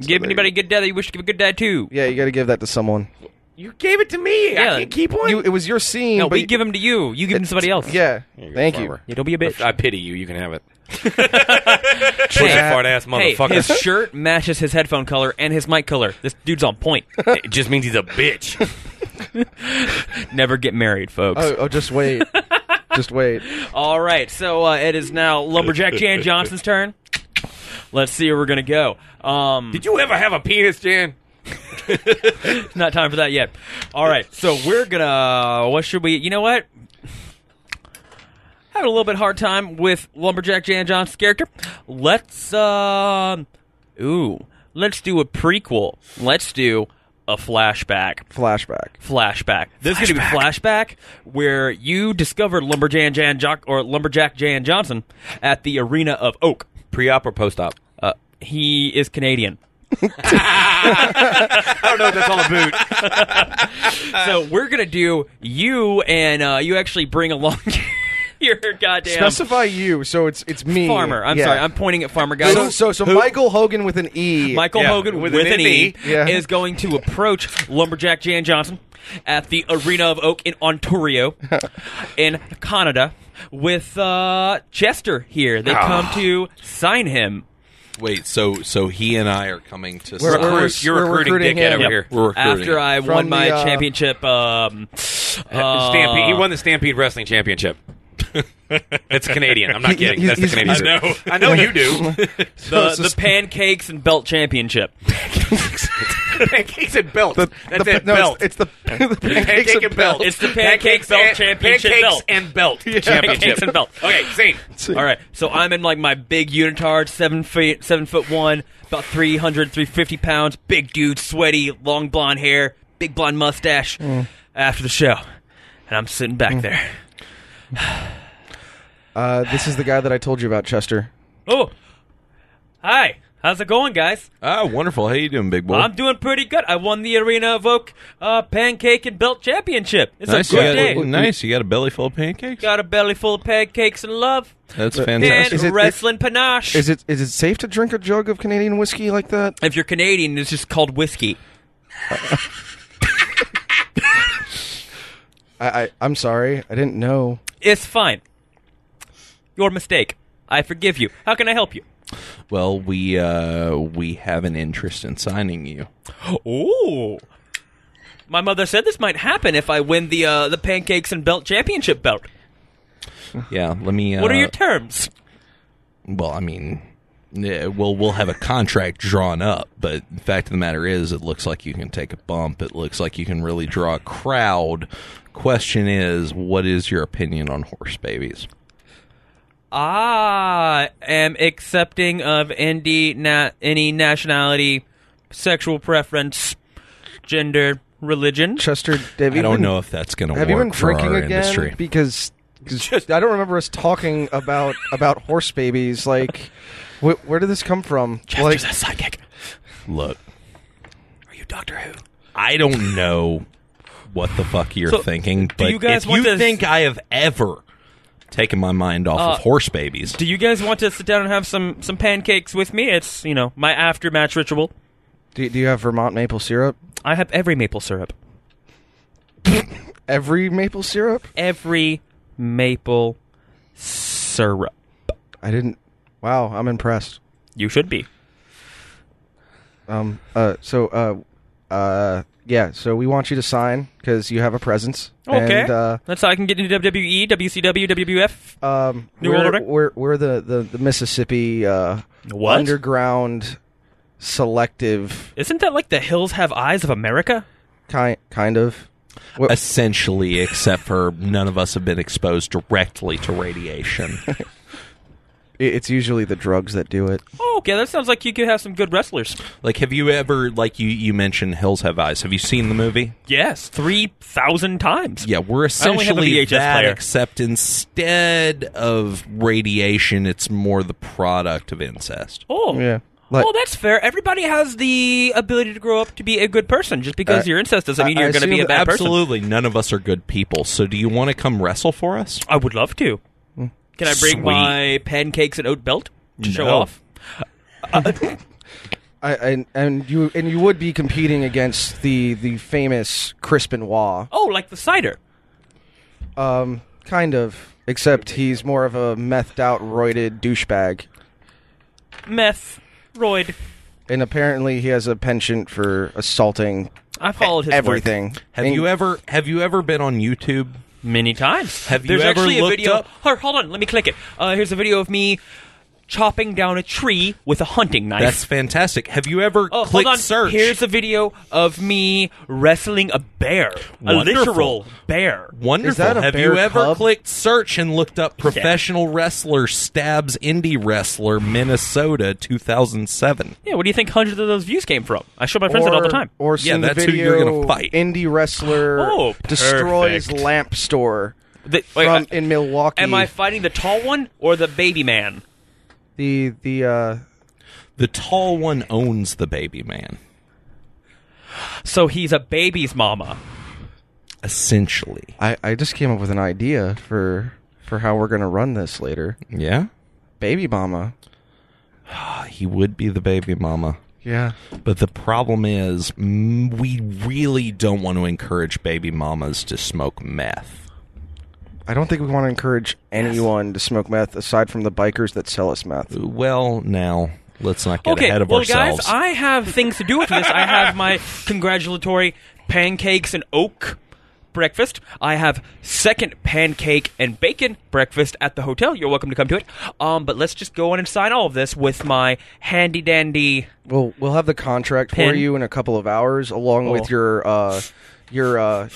give there anybody a you good die that you wish to give a good die to. Yeah, you got to give that to someone. You gave it to me. Yeah. I can't keep one. You, it was your scene. No, but we you- give him to you. You give him to somebody else. Yeah. Thank you. farmer. Yeah, don't be a bitch. I pity you. You can [laughs] have it. Pussy fart ass Hey, [laughs] motherfucker. his shirt matches his headphone color and his mic color. This dude's on point. [laughs] it just means he's a bitch. Never get married, folks. Oh, oh, just [laughs] wait. just wait. All right, so uh, it is now Lumberjack Jan Johnson's turn. Let's see where we're gonna go. Um, Did you ever have a penis, Jan? it's [laughs] not time for that yet. All right, so we're gonna. What should we? You know what? Having a little bit hard time with Lumberjack Jan Johnson's character. Let's um, ooh, let's do a prequel. Let's do a flashback. Flashback. flashback. This is going to be flashback where you discovered Lumberjack Jan Jock or Lumberjack Jan Johnson at the arena of Oak. Pre-op or post-op? Uh, he is Canadian. I don't know if that's all a boot. [laughs] So we're gonna do you and uh, you actually bring along [laughs] your goddamn Specify you. So it's it's me. farmer. I'm Yeah. sorry, I'm pointing at farmer guys. So so, so Michael Hogan with an [laughs] E. Michael Yeah, Hogan with, with an an E Yeah. is going to approach Lumberjack Jan Johnson at the Arena of Oak in [laughs] Ontario, in Canada, with uh, Chester here. Ah. They come to sign him. Wait, so so he and I are coming to. We're- Sacramento. we're- Recruit. You're we're recruiting, recruiting him. dickhead over Yep. here. We're recruiting. After I From won my the, uh, championship, um, uh, Stampede. He won the Stampede Wrestling Championship. [laughs] it's Canadian. I'm not He- kidding. he's- That's the he's- Canadian. I know. I know [laughs] you do. uh, the, the pancakes and belt championship. pancakes and belts. That's the, it. no, belt. [laughs] It's, it's the, the pancakes pancake and and belt. It's the pancake belt and- championship Pancakes belt. and belt Pancakes championship. and belt. Okay, [laughs] same. All right, so I'm in like my big unitard, seven feet, seven foot one, about 300, 350 pounds, big dude, sweaty, long blonde hair, big blonde mustache. Mm. After the show, and I'm sitting back there. Uh, this is the guy that I told you about, Chester. Oh, hi, how's it going, guys? ah, wonderful. How you doing, big Oh. boy? I'm doing pretty good. I won the Arena of Oak uh, Pancake and Belt Championship. It's nice. a You good got, day. nice. You got a belly full of pancakes. Got a belly full of pancakes and love That's and fantastic. Is it- wrestling panache. Is it is it safe to drink a jug of Canadian whiskey like that? if you're Canadian, it's just called whiskey. I, I I'm sorry, I didn't know. It's fine. Your mistake. I forgive you. How can I help you? well, we uh, we have an interest in signing you. Ooh. My mother said this might happen if I win the uh, the pancakes and belt championship belt. Yeah. Let me. Uh, What are your terms? well, I mean, yeah, well, we'll have a contract drawn up, but the fact of the matter is, it looks like you can take a bump. It looks like you can really draw a crowd. Question is, what is your opinion on horse babies? I am accepting of any na- any nationality, sexual preference, gender, religion. Chester, have you I don't been, know if that's going to work Have you been for drinking our again? industry. Because 'cause [laughs] I don't remember us talking about about horse babies. [laughs] Like, wh- where did this come from? Like, There's a psychic. Look, Are you Doctor Who? I don't know what the fuck you're So, thinking, but you guys if want you to- think I have ever taken my mind off of Uh, horse babies, Do you guys want to sit down and have some some pancakes with me? It's you know my after match ritual. do, do you have Vermont maple syrup? I have every maple syrup. Every maple syrup? every maple syrup. I didn't. Wow, I'm impressed. You should be. Um, uh, so, uh, uh, yeah. So we want you to sign because you have a presence. Okay. And, uh, That's how I can get into E, WWE, WCW, WWF. um, New we're, World Order? we're we're the the, the Mississippi uh, What? underground selective Isn't that like the Hills Have Eyes of America? kind kind of. What, essentially, except for none of us have been exposed directly to radiation. [laughs] it- it's usually the drugs that do it. Oh, okay. That sounds like you could have some good wrestlers. like, have you ever, like you you mentioned, Hills Have Eyes? Have you seen the movie? Yes, 3,000 times. Yeah, we're only have a essentially VHS that, player. except instead of radiation, it's more the product of incest. Oh. Yeah. Like- well, that's fair. Everybody has the ability to grow up to be a good person. Just because Uh, you're incest doesn't I- mean I you're going to be assume a bad person. Absolutely, none of us are good people. So, do you want to come wrestle for us? I would love to. Mm. Can I bring Sweet. my pancakes and oat belt to show No. off? I, and and you and you would be competing against the the famous Crispin Waugh. Oh, like the cider. Um, kind of. Except he's more of a methed out, roided douchebag, Meth. Roid. and apparently he has a penchant for assaulting I followed his work. everything. Have And- you ever have you ever been on YouTube? Many times. Have you There's ever actually a looked video. up- Here, hold on, let me click it. Uh, here's a video of me chopping down a tree with a hunting knife. That's fantastic. Have you ever oh, clicked hold on. search? Here's a video of me wrestling a bear, a Wonderful. literal bear. Wonderful. Is that a have bear you ever cub? clicked search and looked up professional wrestler stabs indie wrestler Minnesota 2007? Yeah, what do you think hundreds of those views came from? I show my friends that all the time. Or Yeah, seen the that's who video, you're gonna fight. Indie wrestler Oh, destroys perfect. lamp store The- wait, from I- in Milwaukee. am I fighting the tall one or the baby man? the the uh, The tall one owns the baby man, So he's a baby's mama. essentially. I I just came up with an idea for for how we're gonna run this later. Yeah? Baby mama. He would be the baby mama. Yeah. But the problem is, mm, we really don't want to encourage baby mamas to smoke meth. I don't think we want to encourage anyone to smoke meth aside from the bikers that sell us meth. Well, now let's not get okay, ahead of well, ourselves. guys, I have things to do with this. I have [laughs] my congratulatory pancakes and oak breakfast. I have second pancake and bacon breakfast at the hotel. You're welcome to come to it. Um, but let's just go on and sign all of this with my handy dandy. Well, we'll have the contract for Pen? you in a couple of hours, along Oh. with your uh, your uh,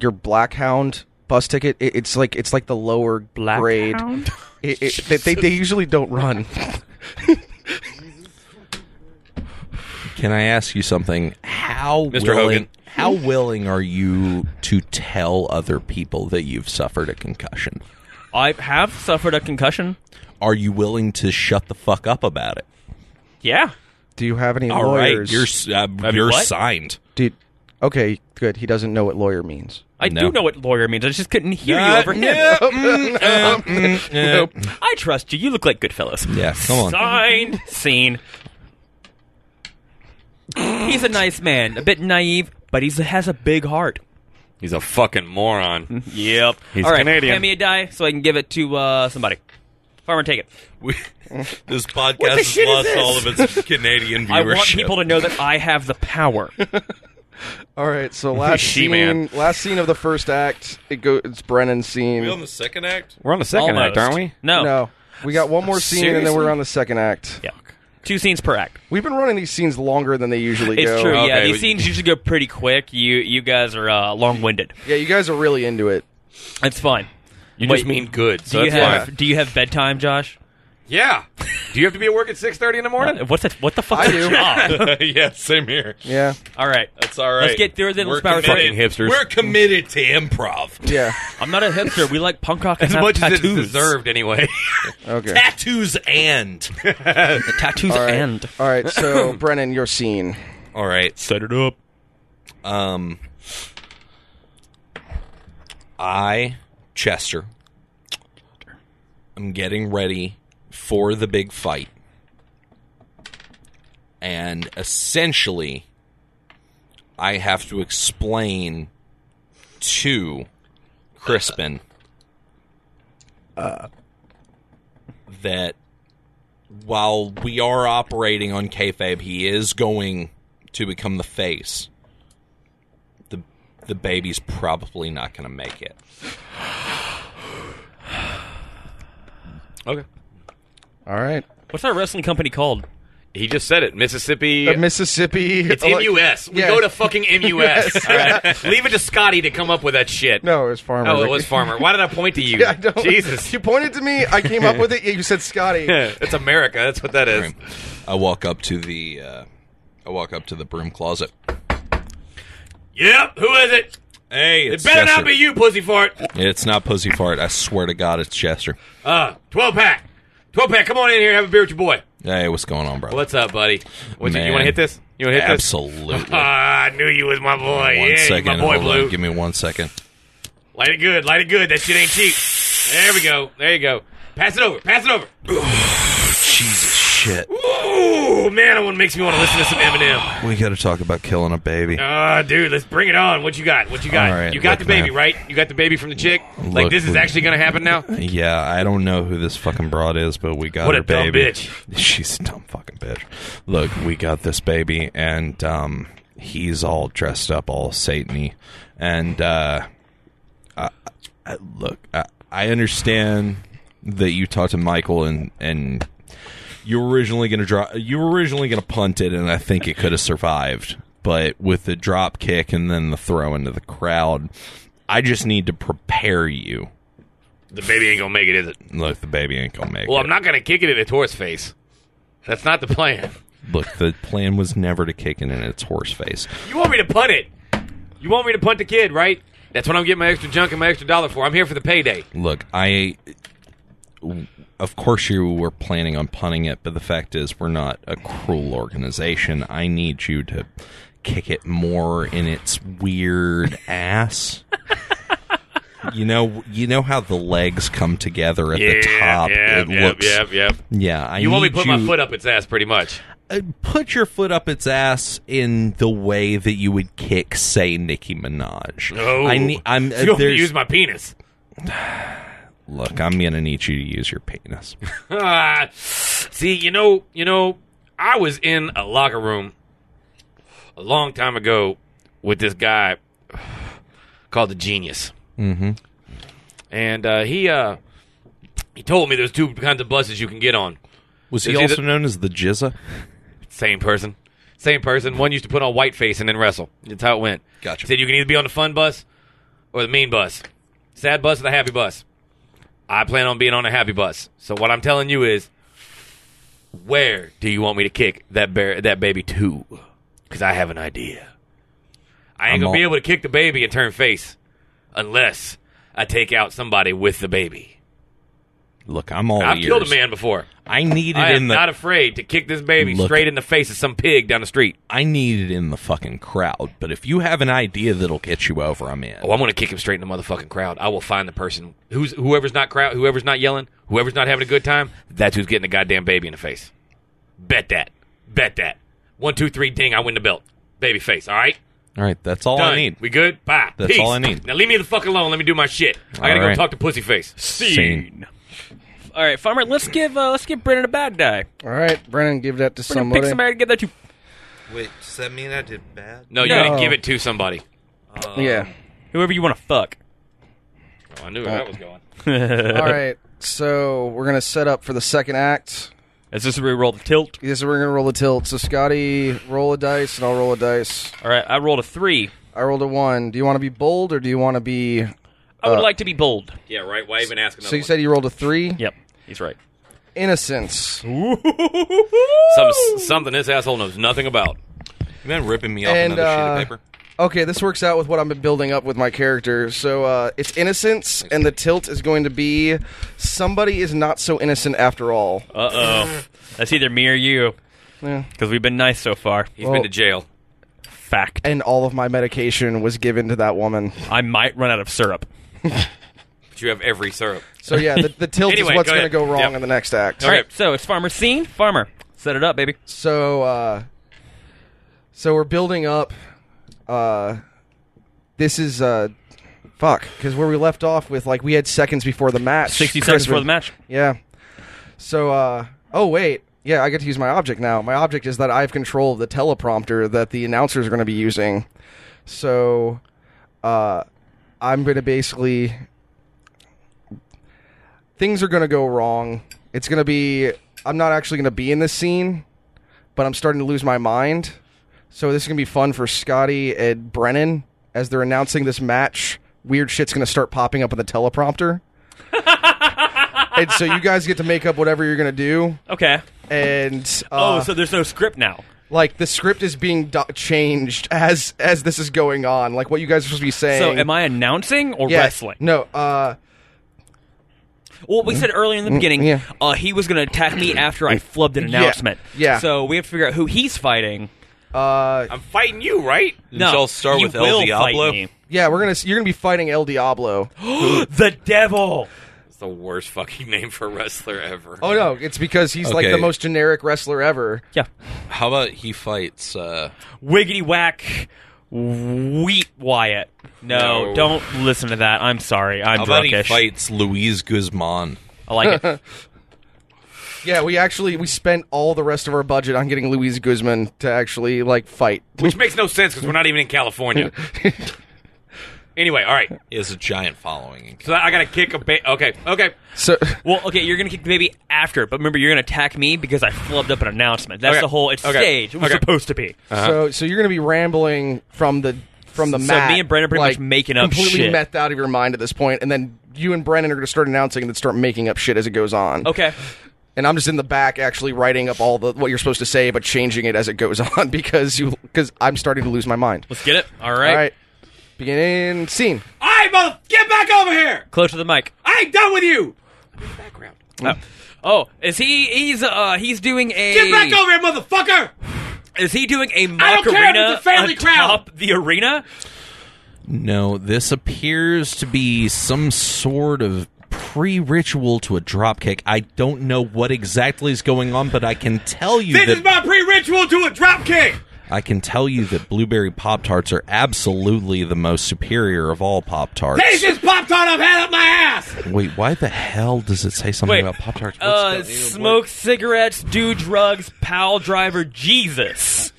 your Black Hound bus ticket. It, it's like it's like the lower Black grade. Hound? It, it, they, they, they usually don't run. Can I ask you something? How Mr. willing, Hogan. how willing are you to tell other people that you've suffered a concussion? I have suffered a concussion. Are you willing to shut the fuck up about it? Yeah. Do you have any All right, lawyers? you're s- uh, mean, you're what? signed. Dude, okay, good. He doesn't know what lawyer means. I No. do know what lawyer means. I just couldn't hear you over him. [laughs] I trust you. You look like good fellas. Yeah, come on. Signed, scene. He's a nice man, a bit naive, but he has a big heart. He's a fucking moron. Yep. He's All right, Canadian. hand me a die so I can give it to uh, somebody. Farmer, take it. We- this the podcast has shit is lost this? all of its Canadian viewership. I want people to know that I have the [laughs] power. All right, [laughs] so last scene, She-Man. last scene of the first act, it go, it's Brennan's scene. We on the second act. We're on the second Almost. act, aren't we? No. No, we got one more scene, and then Oh. Seriously? we're on the second act. Yeah. Two scenes per act. We've been running these scenes longer than they [laughs] usually It's go. true. yeah, Okay, these we- scenes usually go pretty quick. You you guys are uh, long winded. Yeah, you guys are really into it. It's fine. You Wait, just mean good. So Do you that's have fine. Do you have bedtime, Josh? Yeah. Do you have to be at work at six thirty in the morning? What's that? What the fuck? I do. [laughs] yeah, same here. Yeah, All right. That's all right. Let's get through it, then We're let's power through committed- it. Fucking hipsters. We're committed to improv. [laughs] yeah. I'm not a hipster. We like punk rock and As have much tattoos. as it's deserved, [laughs] anyway. Okay. tattoos and The tattoos All right. end. All right. [laughs] So, Brennan, your scene. all right set it up um i chester i'm getting ready for the big fight and essentially i have to explain to crispin uh, that while we are operating on kayfabe, he is going to become the face. The the baby's probably not going to make it. Okay. All right. What's our wrestling company called? He just said it. Mississippi. The Mississippi. it's MUS. We Yeah. go to fucking [laughs] MUS. All right. Leave it to Scotty to come up with that shit. No, it's farmer. Oh, it was Farmer. Why did I point to [laughs] you? Yeah, [laughs] I don't, Jesus. You pointed to me. I came [laughs] up with it. Yeah, you said Scotty. That's America. That's what that is. I walk up to the uh, I walk up to the broom closet. Yep. Who is it? Hey, It it's better not Chester. be you, pussy fart. It's not pussy fart. I swear to God, it's Chester. Uh, 12 pack. 12 pack. Come on in here. Have a beer with your boy. Hey, what's going on, bro? What's up, buddy? What's you Man. want to hit this? You want to hit Absolutely. this? [laughs] Ah, I knew you was my boy. yeah, One you second, my boy, hold on, Blue. Give me one second. Light it good. Light it good. That shit ain't cheap. There we go. There you go. Pass it over. Pass it over. Jesus shit. Ooh, man, that one makes me want to listen to some Eminem. We got to talk about killing a baby. Ah, dude, let's bring it on. What you got? What you got? All right, you got look, the baby, man. right? You got the baby from the chick. like Look, this is we- actually gonna happen now. Yeah, I don't know who this fucking broad is, but we got What a her dumb baby. bitch. [laughs] She's a dumb fucking bitch. Look, we got this baby, and um, he's all dressed up, all satany, and uh, I, I, look, I, I understand that you talked to Michael and and you were originally going to drop you were originally going to punt it and i think it could have survived but with the drop kick and then the throw into the crowd i just need to prepare you The baby ain't gonna make it, is it? Look, the baby ain't gonna make Well, it. I'm not gonna kick it in its horse face. That's not the plan. Look, the plan was never to kick it in its horse face. You want me to punt it? You want me to punt the kid, right? That's what I'm getting my extra junk and my extra dollar for. I'm here for the payday. Look, I. Of course, you were planning on punting it, but the fact is, we're not a cruel organization. I need you to kick it more in its weird ass. [laughs] you know, you know how the legs come together at the top. it looks, yep. yeah. I You want me to need put my you- foot up its ass, pretty much. uh, put your foot up its ass in the way that you would kick, say, Nicki Minaj. No, I need. I'm. Oh. You Uh, want me to there's, use my penis? look, I'm gonna need you to use [laughs] your penis. Ah, see, you know, you know, I was in a locker room a long time ago with this guy [sighs] called the Genius, mm-hmm. and uh, he uh, he told me there's two kinds of buses you can get on. Was he Is he also the- known as the Jizza? Same person. Same person. One used to put on white face and then wrestle. That's how it went. Gotcha. Said you can either be on the fun bus or the mean bus. Sad bus or the happy bus. I plan on being on the happy bus. So what I'm telling you is where do you want me to kick that bear that baby to? Cuz I have an idea. I ain't I'm going to be all- able to kick the baby and turn face unless I take out somebody with the baby. Look, I'm all I've ears. killed a man before. I need it I in am the. not afraid to kick this baby Look- straight in the face of some pig down the street. I need it in the fucking crowd. But if you have an idea that'll get you over, I'm in. Oh, I'm gonna kick him straight in the motherfucking crowd. I will find the person who's whoever's not crowd, whoever's not yelling, whoever's not having a good time. That's who's getting the goddamn baby in the face. Bet that. Bet that. One, two, three, ding. I win the belt. Baby face. All right. All right, that's all Done. I need. We good? Bye. That's Peace. all I need. Now leave me the fuck alone. Let me do my shit. I gotta All go right. talk to Pussyface. Scene. All right, farmer. Let's give uh, let's give Brennan a bad die. All right, Brennan, give that to We're gonna pick somebody. somebody to give that to. Wait, does that mean I did bad? No, you No. didn't give it to somebody. Yeah. Whoever you want to fuck. [laughs] Oh, I knew where that was going. Uh. All right. So we're gonna set up for the second act. Is this where we roll the tilt? Yes, we're gonna roll a tilt. So Scotty, roll a dice, and I'll roll a dice. All right, I rolled a three. I rolled a one. Do you want to be bold or do you want to be? I Uh. would like to be bold. Yeah, right. Why even ask another? So you said you rolled a three. Yep, he's right. Innocence. one? Some, something this asshole knows nothing about. You been ripping me off And, another uh, sheet of paper? Okay, this works out with what I've been building up with my character. So uh, it's innocence, and the tilt is going to be somebody is not so innocent after all. Uh oh, that's either me or you. Yeah. Because we've been nice so far. He's Well- been to jail. Fact. And all of my medication was given to that woman. I might run out of syrup. But you have every syrup. So yeah, the, the tilt Anyway, is what's go going to ahead. go wrong Yep. in the next act. All right, so it's farmer scene. Farmer, set it up, baby. So uh, so we're building up. Uh, this is uh, fuck because where we left off with like we had seconds before the match. Sixty seconds Crispin- before the match. Yeah. So uh oh wait, yeah, I get to use my object now. My object is that I have control of the teleprompter that the announcers are going to be using. So, uh, I'm going to basically things are going to go wrong. It's going to be I'm not actually going to be in this scene, but I'm starting to lose my mind. So this is going to be fun for Scotty and Brennan as they're announcing this match. Weird shit's going to start popping up on the teleprompter. and so you guys get to make up whatever you're going to do Okay. and Oh, uh, so there's no script now. like the script is being do- changed as as this is going on. Like what you guys are supposed to be saying. So am I announcing or Yeah, wrestling? No, uh, Well, we said earlier in the beginning, yeah. uh, he was going to attack me after I flubbed an announcement. yeah. So we have to figure out who he's fighting. uh, I'm fighting you, right? No, Y'all start you with El will Diablo? Fight me. [gasps] yeah, we're gonna s- you're gonna be fighting El Diablo. the devil. It's the worst fucking [laughs] name for a wrestler ever. Oh no, it's because he's like the Okay. most generic wrestler ever. Yeah. How about he fights? Uh, Wiggity whack. Wheat Wyatt. No, No. don't listen to that. I'm sorry. I'm how about he drunkish. fights Luis Guzman? I like it. Yeah, we actually we spent all the rest of our budget on getting Luis Guzman to actually like fight. Which makes no sense because we're not even in California. anyway, all right. He has a giant following. So I got to kick a ba- Okay, okay. So Well, okay, you're gonna kick the baby after, but remember, you're gonna attack me because I flubbed up an announcement. That's Okay. the whole. It's Okay. staged. It was Okay. supposed to be. so so you're gonna be rambling from the from the Uh-huh. So mat. me and Brennan pretty much like, making up completely shit. methed out of your mind at this point, and then you and Brennan are gonna start announcing and then start making up shit as it goes on. Okay. and I'm just in the back actually writing up all the what you're supposed to say, but changing it as it goes [laughs] on because you because I'm starting to lose my mind. Let's get it. All All right. right, beginning scene. All right, mother, get back over here. Close to the mic. I ain't done with you. Good Background. Oh, is he? He's uh, he's doing a. Get back over here, motherfucker. Is he doing a I don't care if macarena it's a family atop the arena? No, this appears to be some sort of pre-ritual to a dropkick. I don't know what exactly is going on, but I can tell you This that is my pre-ritual to a drop kick. I can tell you that blueberry pop tarts are absolutely the most superior of all pop tarts. This is pop tart I've had up my ass. Wait, why the hell does it say something Wait. about pop tarts? Uh, smoke cigarettes, do drugs, pal driver, Jesus.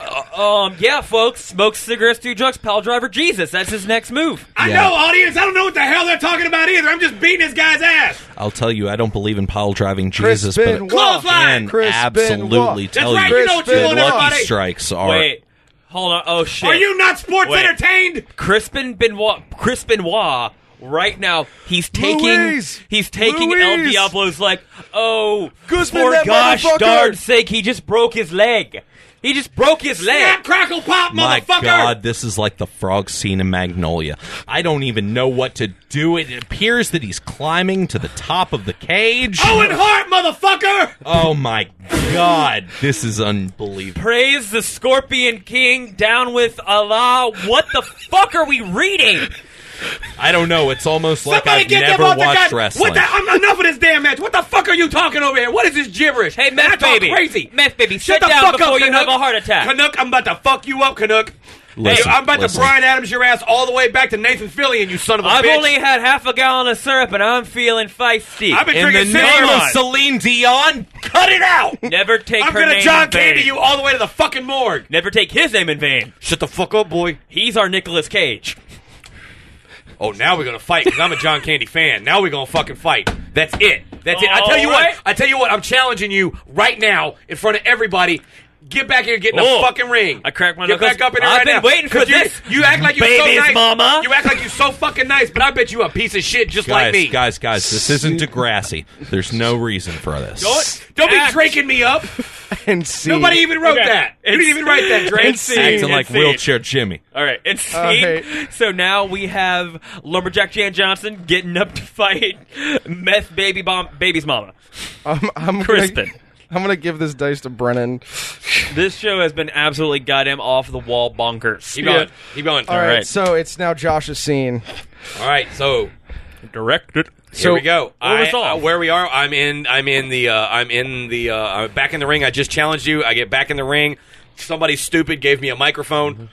Uh, um, yeah, folks, smoke cigarettes, do drugs, pal driver, Jesus. That's his next move. I Yeah. know, audience. I don't know what the hell they're talking about either. I'm just beating this guy's ass. I'll tell you, I don't believe in pile driving Chris Jesus, Benoit. but I can Chris absolutely Benoit. tell right, you, you know what you that want, lucky everybody. strikes are. Wait, hold on. Oh shit. Are you not sports Wait. entertained? Crispin Benoit? Chris Benoit. Right now, he's taking Luis! he's taking El Luis! Diablo's like, oh, Guzman, for that gosh motherfucker! darn sake, he just broke his leg. He just broke his Snap, leg. crackle, pop, My motherfucker. God, this is like the frog scene in Magnolia. I don't even know what to do. It appears that he's climbing to the top of the cage. Owen Hart, motherfucker. Oh my God, this is unbelievable. Praise the Scorpion King. Down with Allah. What the fuck are we reading? I don't know. It's almost like Somebody I've get never them off watched the god- wrestling. What the? I'm, enough of this damn match. What the fuck are you talking over here? What is this gibberish? Hey, Man, I meth talk baby, crazy. meth baby, Shut sit the down fuck before up, you Canuck. have a heart attack. Canuck, I'm about to fuck you up, Canuck. Listen, hey, I'm about listen. to Brian Adams your ass all the way back to Nathan Fillion, you son of a I've bitch. only had half a gallon of syrup and I'm feeling feisty. I've been In the drinking name of cinnamon. Celine Dion, Cut it out. Never take I'm her gonna name John in vain. Candy you all the way to the fucking morgue. Never take his name in vain. Shut the fuck up, boy. He's our Nicolas Cage. Oh, now we're gonna fight because I'm a John Candy fan. Now we're gonna fucking fight. That's it. That's it. I tell you Alright. what. I tell you what. I'm challenging you right now in front of everybody. Get back here, and get in Oh. the fucking ring. I cracked my Get knuckles. back up in here I've right been now. waiting for 'Cause you, this, You act like you're so baby's nice, mama. You act like you're so fucking nice, but I bet you a piece of shit just guys, like me. guys, guys, this isn't Degrassi. There's no reason for this. Don't, don't be Act. drinking me up. And scene. Nobody even wrote Okay. that. It's- You didn't even write [laughs] that, Drake. it's scene. acting like Insane. wheelchair Jimmy. All right, and scene. Oh, right. So now we have lumberjack Jan Johnson getting up to fight meth baby bomb baby's mama. [laughs] I'm, I'm Crispin. Gonna, I'm gonna give this dice to Brennan. This show has been absolutely goddamn off the wall bonkers. Keep going. Keep going. All right. right. so it's now Josh's scene. [laughs] All right. So Directed. So Here we go. where I- was all? uh, where we are, uh, I'm in. I'm in the. Uh, I'm in the. Uh, I'm back in the ring. I just challenged you. I get back in the ring. somebody stupid gave me a microphone,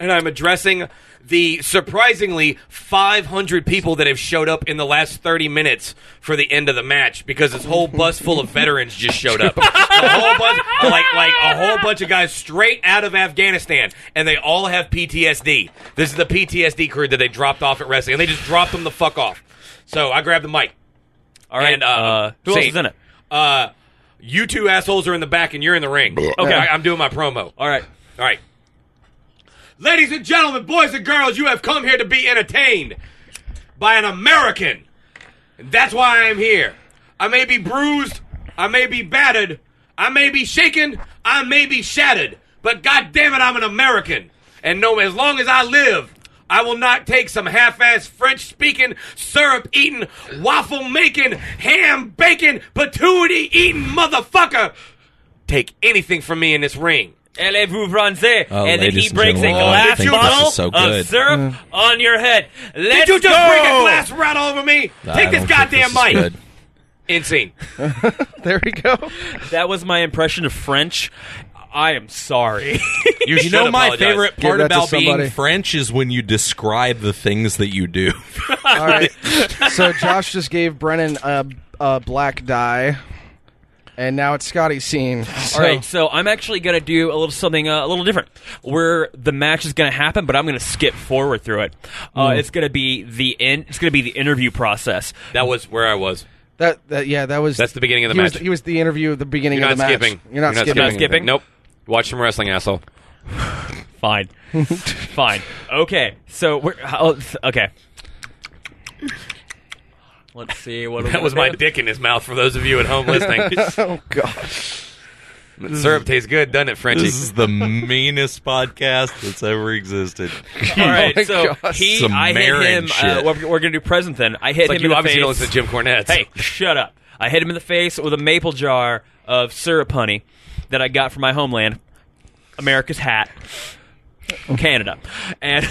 and I'm addressing the surprisingly 500 people that have showed up in the last 30 minutes for the end of the match because this whole bus full of veterans just showed up. A whole bunch, like like a whole bunch of guys straight out of Afghanistan, and they all have PTSD. This is the PTSD crew that they dropped off at wrestling, and they just dropped them the fuck off. So I grabbed the mic. All right. And, uh, uh, who else see- is in it? Uh, you two assholes are in the back and you're in the ring. Okay. I, am doing my promo. All All right. right. Ladies and gentlemen, boys and girls, you have come here to be entertained by an American. And that's why I am here. I may be bruised, I may be battered, I may be shaken, I may be shattered, but god damn it, I'm an American. And no, as long as I live, I will not take some half-ass French-speaking, syrup-eating, waffle-making, ham-baking, patootie-eating motherfucker take anything from me in this ring. Allez-vous français? Oh, and then ladies he and breaks a gentlemen, I glass think this bottle is so of good. syrup on your head. Let's Did you just go! break a glass right over me? take this goddamn mic. Insane. There we go. That was my impression of French. I am [laughs] sorry. [laughs] You, You know, my favorite Give part that to about being somebody. French is when you describe the things that you do. All right. [laughs] So Josh just gave Brennan a, a black die, and now it's Scotty's scene. All right, so I'm actually going to do a little something uh, a little different, where the match is going to happen, but I'm going to skip forward through it. Uh, It's going to be the in, It's going to be the interview process. That was where I was. That, that yeah, that was That's the beginning of the he match. Was, he was the interview at the beginning You're not of the match. skipping. You're not skipping. skipping. skipping. Nope. Watch some wrestling, asshole. Fine, fine, okay. So we're oh, th- okay. Let's see what That was my dick in his mouth for those of you at home listening. [laughs] Oh gosh. Syrup tastes good, doesn't it, Frenchie? This is the meanest podcast that's ever existed. Oh All right, my so gosh. he, Some I hit Marin him. Uh, shit. we're we're going to do present then. I hit like him you in the obviously face. don't listen to Jim Cornette. Hey, [laughs] shut up. I hit him in the face with a maple jar of syrup honey that I got from my homeland, America's hat. Canada, and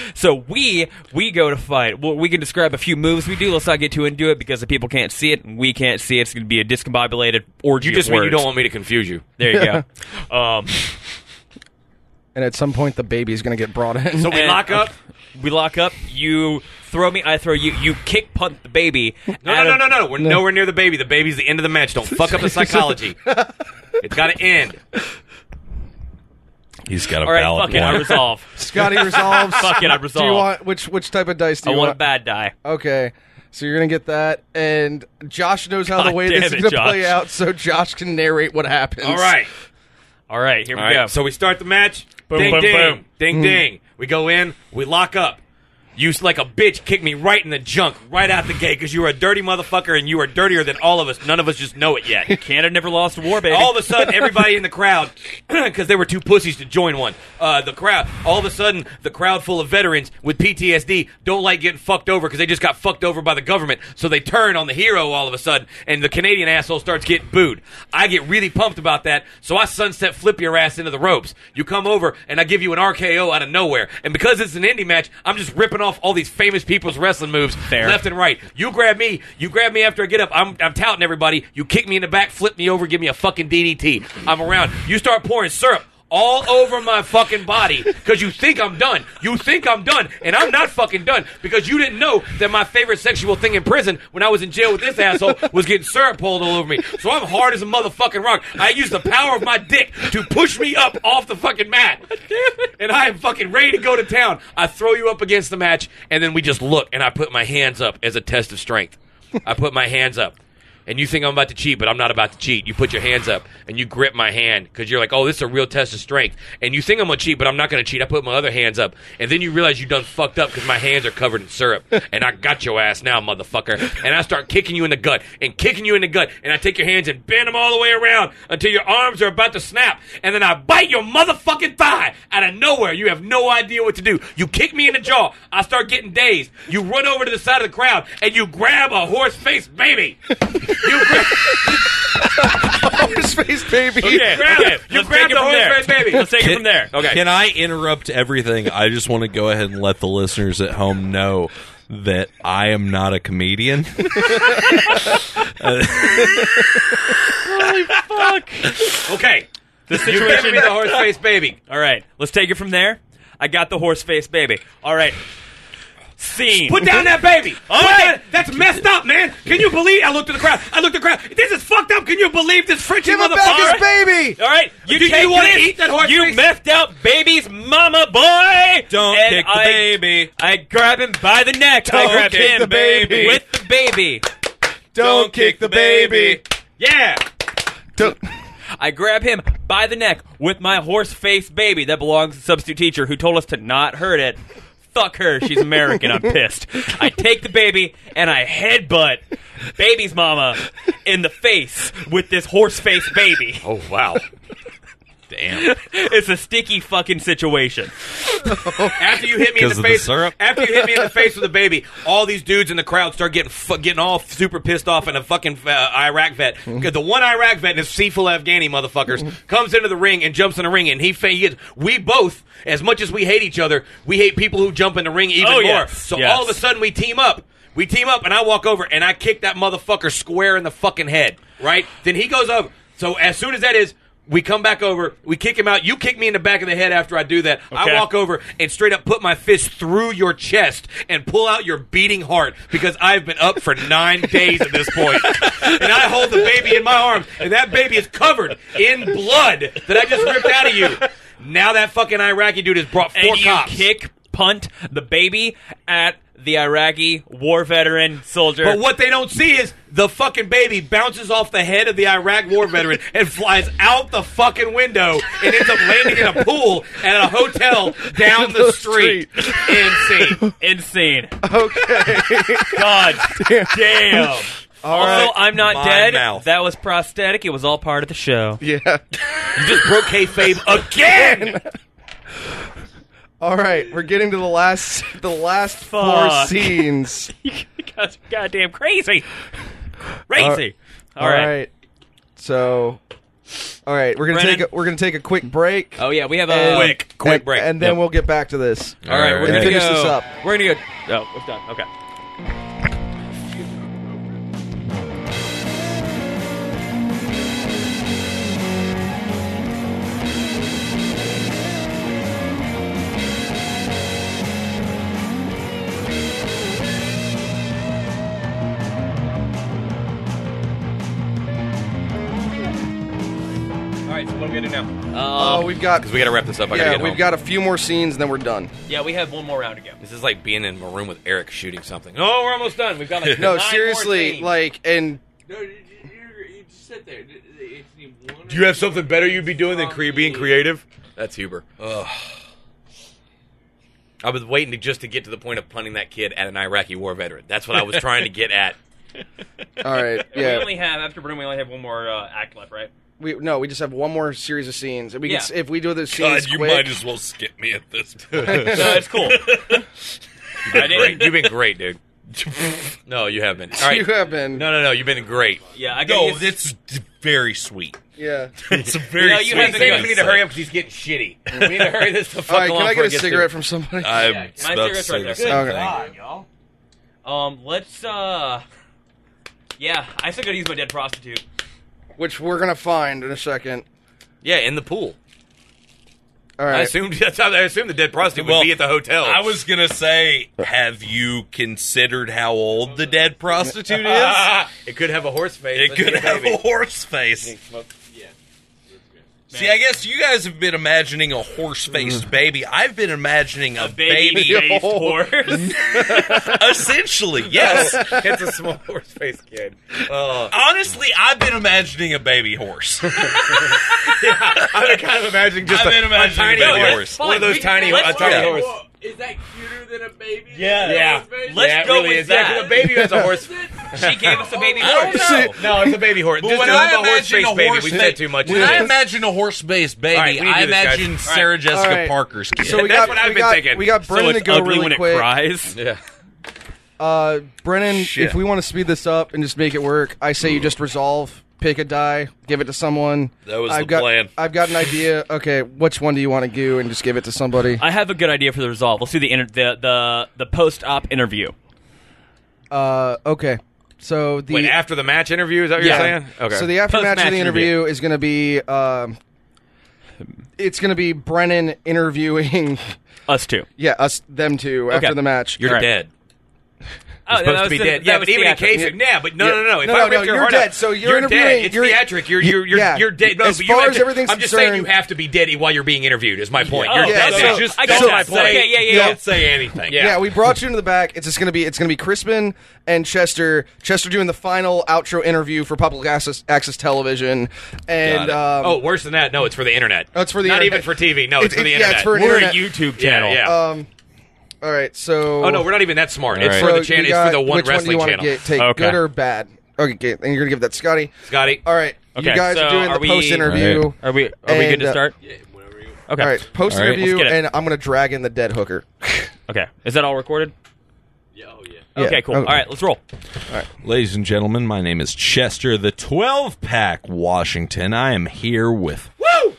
[laughs] so we we go to fight. Well, we can describe a few moves we do. Let's not get too into it because the people can't see it and we can't see it. It's going to be a discombobulated orgy. you just of mean words. you don't want me to confuse you. There [laughs] you go. um, And at some point, the baby's going to get brought in. So we And- lock up. [laughs] we lock up. You throw me. I throw you. You kick punt the baby. [laughs] No, no, no, no, no. We're nowhere near the baby. The baby's the end of the match. Don't fuck up the psychology. it's got to end. [laughs] He's got a All right, valid fuck it. I point. resolve. [laughs] Scotty [laughs] resolves. Fuck it, I Do you resolve. want which which type of dice do I you want a bad die. Okay. So you're gonna get that, and Josh knows how God the way damn this it, is gonna Josh. play out, so Josh can narrate what happens. [laughs] All right. All right, here All we right. go. So we start the match. Boom, ding, boom, ding, boom. ding, ding. We go in. We lock up. You s- like a bitch kicked me right in the junk, right out the gate, because you were a dirty motherfucker and you are dirtier than all of us. None of us just know it yet. Canada never lost a war, baby. all of a sudden, everybody in the crowd, [clears throat] because they were two pussies to join one. Uh, the crowd, all of a sudden, the crowd full of veterans with PTSD don't like getting fucked over because they just got fucked over by the government. So they turn on the hero all of a sudden, and the Canadian asshole starts getting booed. I get really pumped about that, so I sunset flip your ass into the ropes. You come over, and I give you an RKO out of nowhere. And because it's an indie match, I'm just ripping off all these famous people's wrestling moves Fair. left and right. You grab me, you grab me after I get up. I'm, I'm touting everybody. You kick me in the back, flip me over, give me a fucking DDT. I'm around. You start pouring syrup all over my fucking body because you think I'm done. You think I'm done, and I'm not fucking done because you didn't know that my favorite sexual thing in prison when I was in jail with this asshole was getting syrup pulled all over me. So I'm hard as a motherfucking rock. I use the power of my dick to push me up off the fucking mat. And I am fucking ready to go to town. I throw you up against the match, and then we just look, and I put my hands up as a test of strength. I put my hands up. And you think I'm about to cheat, but I'm not about to cheat. You put your hands up and you grip my hand because you're like, oh, this is a real test of strength. And you think I'm going to cheat, but I'm not going to cheat. I put my other hands up. And then you realize you done fucked up because my hands are covered in syrup. and I got your ass now, motherfucker. And I start kicking you in the gut and kicking you in the gut. And I take your hands and bend them all the way around until your arms are about to snap. And then I bite your motherfucking thigh out of nowhere. You have no idea what to do. You kick me in the jaw. I start getting dazed. You run over to the side of the crowd and you grab a horse face baby. You grab, Space baby. Okay, grab okay. it. You Let's grab take it the from horse there. face baby. Let's take it from there. Okay. Can I interrupt everything? I just want to go ahead and let the listeners at home know that I am not a comedian. okay. The You're situation. giving me the horse face baby. All right, let's take it from there. I got the horse face, baby. All right, scene. Put down that baby. All Put right. down- that's messed up, man. Can you believe? I looked at the crowd. I looked at the crowd. This is fucked up. Can you believe this Frenchie Give him back motherfucker? his baby. All right, you Do you take wanna this, eat that horse You face? methed out baby's mama, boy. Don't and kick the I, baby. I grab him by the neck. I Don't grab kick him the baby. with the baby. Don't kick the baby. Yeah. Don't- [laughs] I grab him by the neck with my horse face baby that belongs to substitute teacher who told us to not hurt it. Fuck her, she's American. I'm pissed. I take the baby and I headbutt baby's mama in the face with this horse face baby. Oh wow. Damn. It's a sticky fucking situation. After you hit me in 'Cause the of the face, syrup? after you hit me in the face with a baby, all these dudes in the crowd start getting fu- getting all super pissed off, and a fucking uh, Iraq vet, Mm-hmm. 'cause the one Iraq vet and his seafull Afghani motherfuckers comes into the ring and jumps in the ring, and he, fa- he gets, we both, as much as we hate each other, we hate people who jump in the ring even Oh, more. yes, So yes. all of a sudden we team up. We team up, and I walk over and I kick that motherfucker square in the fucking head. Right? Then he goes over. So as soon as that is. We come back over. We kick him out. You kick me in the back of the head after I do that. Okay. I walk over and straight up put my fist through your chest and pull out your beating heart because I've been up for [laughs] nine days at this point. And I hold the baby in my arms, and that baby is covered in blood that I just ripped out of you. Now that fucking Iraqi dude has brought four and cops. you kick punt the baby at the Iraqi war veteran soldier. But what they don't see is the fucking baby bounces off the head of the Iraq war veteran and flies out the fucking window and ends up landing in a pool at a hotel down the street. Insane. Insane. Okay. God damn. also, I'm not My dead. mouth. That was prosthetic. It was all part of the show. yeah. You just broke kayfabe [laughs] again. All right, we're getting to the last the last four Fuck. [laughs] scenes. you guys are goddamn crazy. Crazy. all right. So, all right, we're gonna Brennan? take a, we're gonna take a quick break. Oh yeah, we have a and- Quick, quick and- break. and then we'll get back to this. All right, we're And gonna finish go- this up. We're gonna go. Oh, it's done. Okay. All right, so what are we gonna do now? Oh, we've got Because we gotta wrap this up. I gotta yeah, get we've home. got a few more scenes, and then we're [laughs] done. Yeah, we have one more round to go. This is like being in a room with Eric shooting something. No, we're almost done. We've got [laughs] like No, nine more seriously, scenes. like, and No, you, you, you just sit there. It's the one do you have something better you'd be doing than cre- being creative? That's Huber. Ugh. I was waiting to just to get to the point of punting that kid at an Iraqi war veteran. That's what I was trying to get at. all [laughs] right, We yeah, only have after Bruno. We only have one more uh, act left, right? we no, we just have one more series of scenes, and we Yeah. can, s- if we do those scenes quick, as well skip me at this point. No, it's cool. I Great. didn't. You've been great, [laughs] dude. No, you have been. [laughs] All you right. have been, No, no, no. You've been great. [laughs] Yeah, I got no, it's d- very sweet. yeah. It's a very No, you sweet have to. thing We need to hurry up because he's getting shitty. [laughs] We need to hurry this the fuck All right, along. can I before get it a gets too- cigarette from somebody? I'm Yeah, my about to cigarete's say right the there. same Okay. thing. Um, let's uh Yeah, I still gotta use my dead prostitute. Which we're gonna find in a second. Yeah, in the pool. All I right, assumed [laughs] that's how I assumed the dead prostitute would Well, be at the hotel. I was gonna say, have you considered how old the [laughs] dead prostitute is? Ah, it could have a horse face. It Let's could get have baby. a horse face. See, I guess you guys have been imagining a horse-faced baby. I've been imagining a, Baby [laughs] baby, faced Yo. horse. essentially. [laughs] Yes, Uh, it's a small horse face kid. Oh, honestly, I've been imagining a [laughs] baby horse. I've been kind of imagining just I've a, been imagining a tiny a baby horse. horse. One of those Fine, tiny, let's a tiny do Whoa, horse. whoa, Is that cuter than a baby? Yeah. Yeah, Let's yeah, it go really with is. Yeah, 'cause that. a baby has a [laughs] horse. she gave us a baby I don't horse. know. Oh, No, it's a baby horse. But Just when a I horse imagine face a baby, horse, we face, said too much. When I imagine a horse-faced baby, All right, we need to I do this, guys. imagine Sarah Jessica All right. Parker's [laughs] kid. so we That's got what I've we been got, thinking. we got Brennan to go really quick. cries. yeah. Uh, Brennan, Shit. if we want to speed this up and just make it work, I say you just resolve, pick a die, give it to someone. That was I've the got, plan. I've got an idea. Okay, which one do you want to do and just give it to Uh, somebody? I have a good idea for the resolve. Let's do the inter- the the, the post op interview. Uh, okay. So the Wait, after the match interview, is that what yeah. you're saying? Okay. So the aftermatch of Post-match the interview is going to be um, It's going to be Brennan interviewing, [laughs] Us Oh, too. yeah, us, them two after Okay. the match. You're Right. dead. Oh, Supposed to be dead. Yeah, but even in case of yeah, but no, Yeah. no, no. If No, I no, ripped no, your you're heart dead, out, so you're you're interviewing- dead. It's you're- theatric. You're you're you're, Yeah. you're dead. No, As but you far have as to- everything's I'm just saying you concerned- have to be dead while you're being interviewed. Is my point. Oh, You're yeah, dead. so- now. just I got don't that. say. Okay, yeah, yeah, yeah. Don't say anything. Yeah. we brought you into the back. It's just gonna be it's gonna be Crispin and Chester. Chester doing the final outro interview for public access, access television, and um, oh, worse than that. No, it's for the internet. Oh, it's for the not internet. even for TV. No, it's, It's- for the it's- yeah, internet. it's for an We're internet. a YouTube channel. Yeah. um, all right, so oh no, we're not even that smart. It's All for right. the channel. you It's for got- the one which wrestling one do you channel. Want to get, take Okay. good or bad? Okay, okay, and you're gonna give that to Scotty. Scotty. All right, you Okay, guys are so doing the are we- post interview. All Are we? Are we And, good to uh, start? Okay. All right, post All right, let's interview, get it. and I'm gonna drag in the dead hooker. Okay. Is that all recorded? Yeah, Okay. Cool. okay. All right. Let's roll. Ladies and gentlemen, my name is Chester, the 12 pack Washington. I am here with Woo!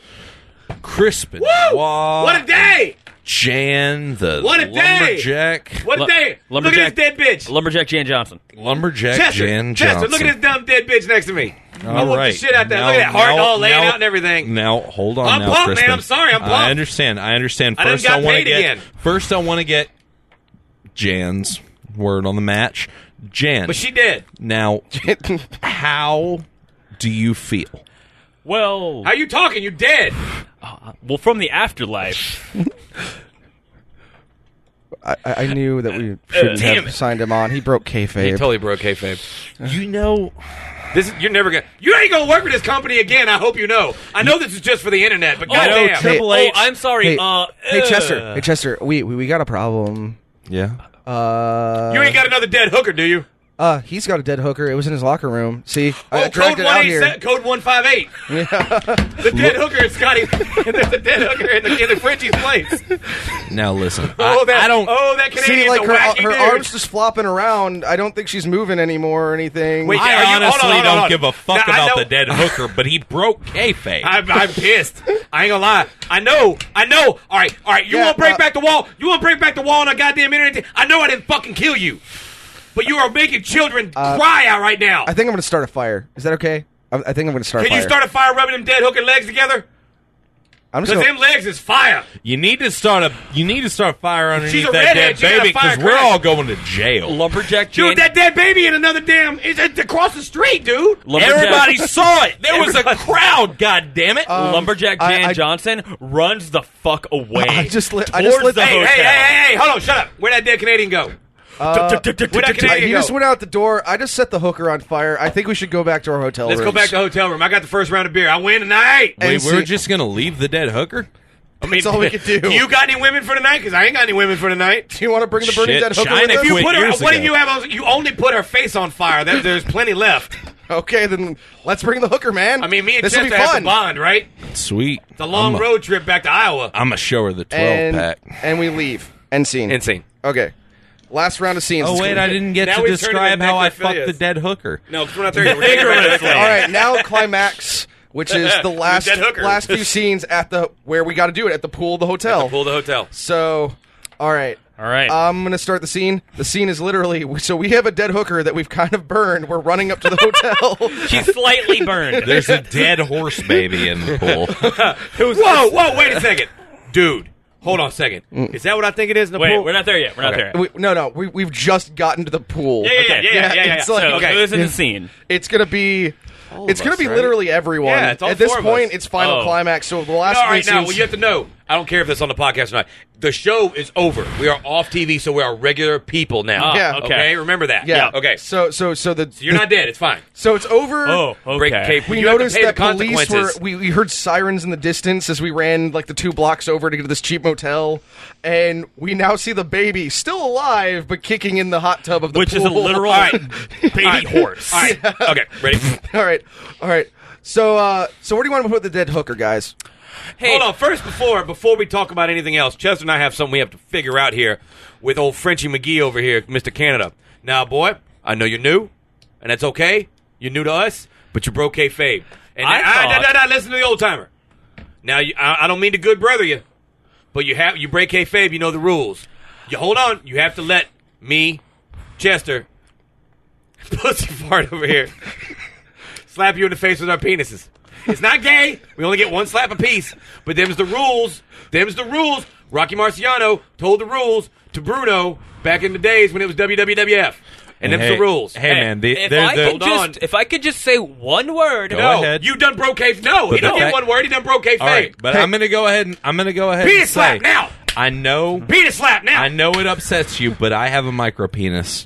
Crispin. Woo! Waugh, What a day! Jan, the What a day! lumberjack. What a Lu- day! Look at this lumberjack- dead bitch. Lumberjack Jan Johnson. Lumberjack Chester, Jan Chester, Johnson. look at this dumb dead bitch next to me. I All whooped right. the shit out that. Now- look at that heart now- all laying now- out and everything. Now hold on. I'm now, pumped, man. Crispin. I'm sorry, I'm I pumped. understand. I understand. I done First, got I, want to paid get. again. First, I want to get Jan's word on the match. Jan. But she did. now, how do you feel? Well, How you talking? You dead. well, from the afterlife. [laughs] I, I I knew that we shouldn't damn have it. signed him on. He broke kayfabe. broke kayfabe. You know, This is, you're never gonna. You ain't gonna work for this company again. I hope you know. I know this is just for the internet, but no, goddamn. Triple Oh, H. I'm sorry. hey, uh, hey, uh, Chester, hey Chester, we, we we got a problem. yeah. Uh, you ain't got another dead hooker, do you? Uh, he's got a dead hooker. It was in his locker room. See, I Oh, dragged code it out here. 187, code [laughs] 158. the dead hooker is Scotty. [laughs] and there's a dead hooker in the, in the Frenchie's place. Now listen. [laughs] Oh, that, I, I don't. Oh, that Canadian's See, like a her, wacky her dude. arms just flopping around. I don't think she's moving anymore or anything. Wait, I Are you- hold on, honestly hold on, don't hold on. give a fuck Now, I about know- the dead [laughs] hooker, but he broke kayfabe. I'm, I'm pissed. I ain't gonna lie. I know. I know. All right. All right. You Yeah, want to break uh, back the wall? You want to break back the wall on a goddamn internet? I know I didn't fucking kill you, but you are making children cry out right now. Uh, I think I'm gonna start a fire. Is that okay? I, I think I'm gonna start. Can a fire. you start a fire rubbing them dead hooker legs together? I'm just Because them gonna, legs is fire. You need to start a you need to start a fire She's a underneath that redhead, dead she got a baby fire because we're crack. all going to jail. uh, Lumberjack Jan. Dude, that dead baby in another damn. It's, it's across the street, dude. Lumberjack- saw it. There Everybody- [laughs] crowd. God damn it! Uh, Lumberjack I- Jan I- Johnson runs the fuck away. I just lit- I just towards lit the the- Hey, hotel. hey, hey, hey, hold on. Shut up. Where'd that dead Canadian go? Where'd that I, Canadian he go? just went out the door. I just set the hooker on fire. I think we should go back to our hotel. Let's go rooms. back to the hotel room. I got the first round of beer. I win tonight. and Wait, we're see- just gonna leave the dead hooker? I mean, That's all [laughs] we could do. You got any women for tonight? Because I ain't got any women for tonight. Do you want to bring the burning Shit, dead hooker China with us? quit. put her, years what ago. do you have? on- You only put her face on fire. There, there's plenty left. Okay, then let's bring the hooker, man. I mean, me and this will be Chester have to fun. bond, right? Sweet. The long I'm a, road trip back to Iowa. I'm gonna show her the twelve and pack. and we leave. End scene. Insane. Okay, last round of scenes. Oh Let's wait, go. I didn't get Now to we've turned describe into how I necrophilias. fucked the [laughs] dead hooker. No, because we're not there yet. We're taking it back to Vigorously. Iowa. [laughs] All right, now climax, which [laughs] is the last dead hooker. last [laughs] few scenes at the where we got to do it at the pool of the hotel. Pull the hotel. So, all right. All right. I'm going to start the scene. The scene is literally [laughs] so we have a dead hooker that we've kind of burned. We're running up to the hotel. [laughs] She's slightly [laughs] burned. There's a dead horse baby in the pool. Whoa, whoa, wait a second. Dude, hold on a second. Is that what I think it is? in the Wait, pool? we're not there yet. We're not there. Yet. we, no, no. We, we've just gotten to the pool. Yeah, yeah, Okay. yeah, yeah, yeah, yeah. it's like- So, okay. this is the scene. It's going to be It's going to us, be right? literally everyone. Yeah, it's all At this four of point, us. it's final Oh. climax. So the last No, all three right, now, scenes- well, you have to know. I don't care if that's on the podcast or not. The show is over. We are off TV, so we are regular people now. Ah, Yeah. Okay. Okay, remember that. yeah. Okay, so So so so the you're not dead. It's fine. so it's over. Oh, okay. Break tape. we You have to noticed pay the that police were. consequences. We, we heard sirens in the distance as we ran like the two blocks over to get to this cheap motel, and we now see the baby still alive but kicking in the hot tub of the Which is a pool. [laughs] literal All right. baby All right. horse. [laughs] All right. Okay, ready? all right, all right. So uh, so where do you want to put the dead hooker, guys? Hey, Hold on. First, before before we talk about anything else, Chester and I have something we have to figure out here with old Frenchie McGee over here, Mister Canada. Now, boy, I know you're new, and that's okay. You're new to us, but you broke kayfabe. And I Ah, thought- nah, nah, nah, listen to the old timer. Now, you, I, I don't mean to good brother you, but you have you break kayfabe. You know the rules. You hold on. You have to let me, Chester, [laughs] pussy fart over here, slap you in the face with our penises. It's not gay. We only get one slap apiece. But them's the rules. Them's the rules. Rocky Marciano told the rules to Bruno back in the days when it was WWF. And them's Hey- the rules. Hey, man, the, If they're- I they're- could hold on. just, if I could just say one word, Go no, ahead. you done broke a No, he the don't get fact- one word. He done broke a all right, but I'm gonna go ahead and I'm gonna go ahead. Penis and slap say, now. I know, Penis slap now. I know it upsets you, but I have a micro penis.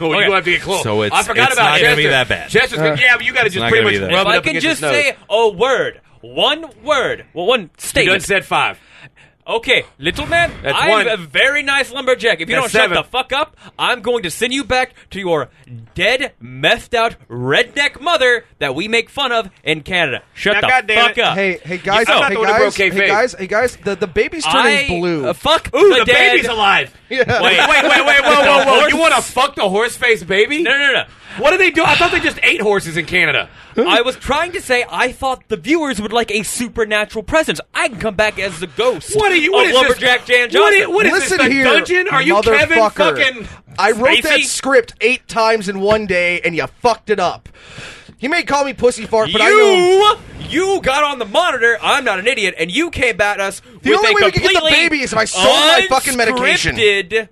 Oh, you Okay. gonna have to get close. So it's- I forgot it's about not Chester. gonna be that bad. Chester's gonna, yeah, but you got to just not pretty gonna much be that rub if it I up could against just his nose. say a word, one word, well, one you done statement. said five. okay, little man, That's I'm one. a very nice lumberjack. If you That's don't seven. shut the fuck up, I'm going to send you back to your dead, methed out redneck mother that we make fun of in Canada. Shut Now, the goddamn fuck it. up. Hey, hey guys, I'm not hey the one who guys, broke hey kayfabe. guys, hey guys, the, the baby's turning I blue. uh, fuck Ooh, the, the, dead. baby's alive. Yeah. Wait, wait, [laughs] wait, wait, whoa, whoa, whoa! You want to fuck the horse face baby? No, no, no. What do they do? I thought they just ate horses in Canada. I was trying to say I thought the viewers would like a supernatural presence. I can come back as the ghost. What are you? What of is lumberjack this? Jan What Johnson? is, what is Listen this? the here, dungeon? Are you Kevin motherfucker. fucking? I wrote that Spacey? script eight times in one day, and you fucked it up. You may call me pussy fart, but I know you, you got on the monitor. I'm not an idiot, and you came back at us. The with only a way we could get the completely baby is if I sold my fucking medication. unscripted-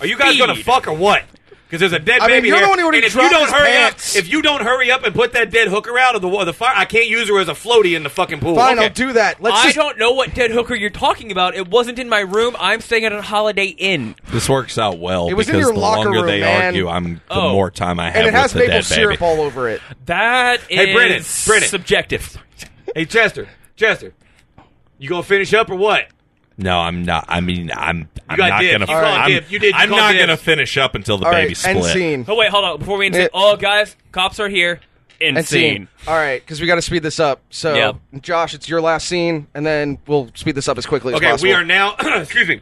Are you guys gonna Feed. fuck or what? Because there's a dead I mean, baby you're the here, one who already and if you dropped don't his hurry pants. up, if you don't hurry up and put that dead hooker out of the wa- the fire, I can't use her as a floaty in the fucking pool. Fine, Okay. I'll do that. Let's I just don't know what dead hooker you're talking about. It wasn't in my room. I'm staying at a Holiday Inn. This works out well It was in because your the locker longer room, they man. argue, I'm the Oh. more time I have. and it with has the maple dead syrup baby. all over it. That is Hey, Brennan, Brennan. subjective. Hey, Chester, Chester, you gonna finish up or what? No, I'm not. I mean, I'm. I'm got not dibs. gonna. You called I'm, dibs. You did. You I'm called not dibs. gonna finish up until the All baby right, split. end scene. Oh wait, hold on. Before we end, Yeah. it, oh guys, cops are here. End, End scene. scene. All right, because we got to speed this up. So, Yep. Josh, it's your last scene, and then we'll speed this up as quickly Okay, as possible. we are now. [clears throat] excuse me.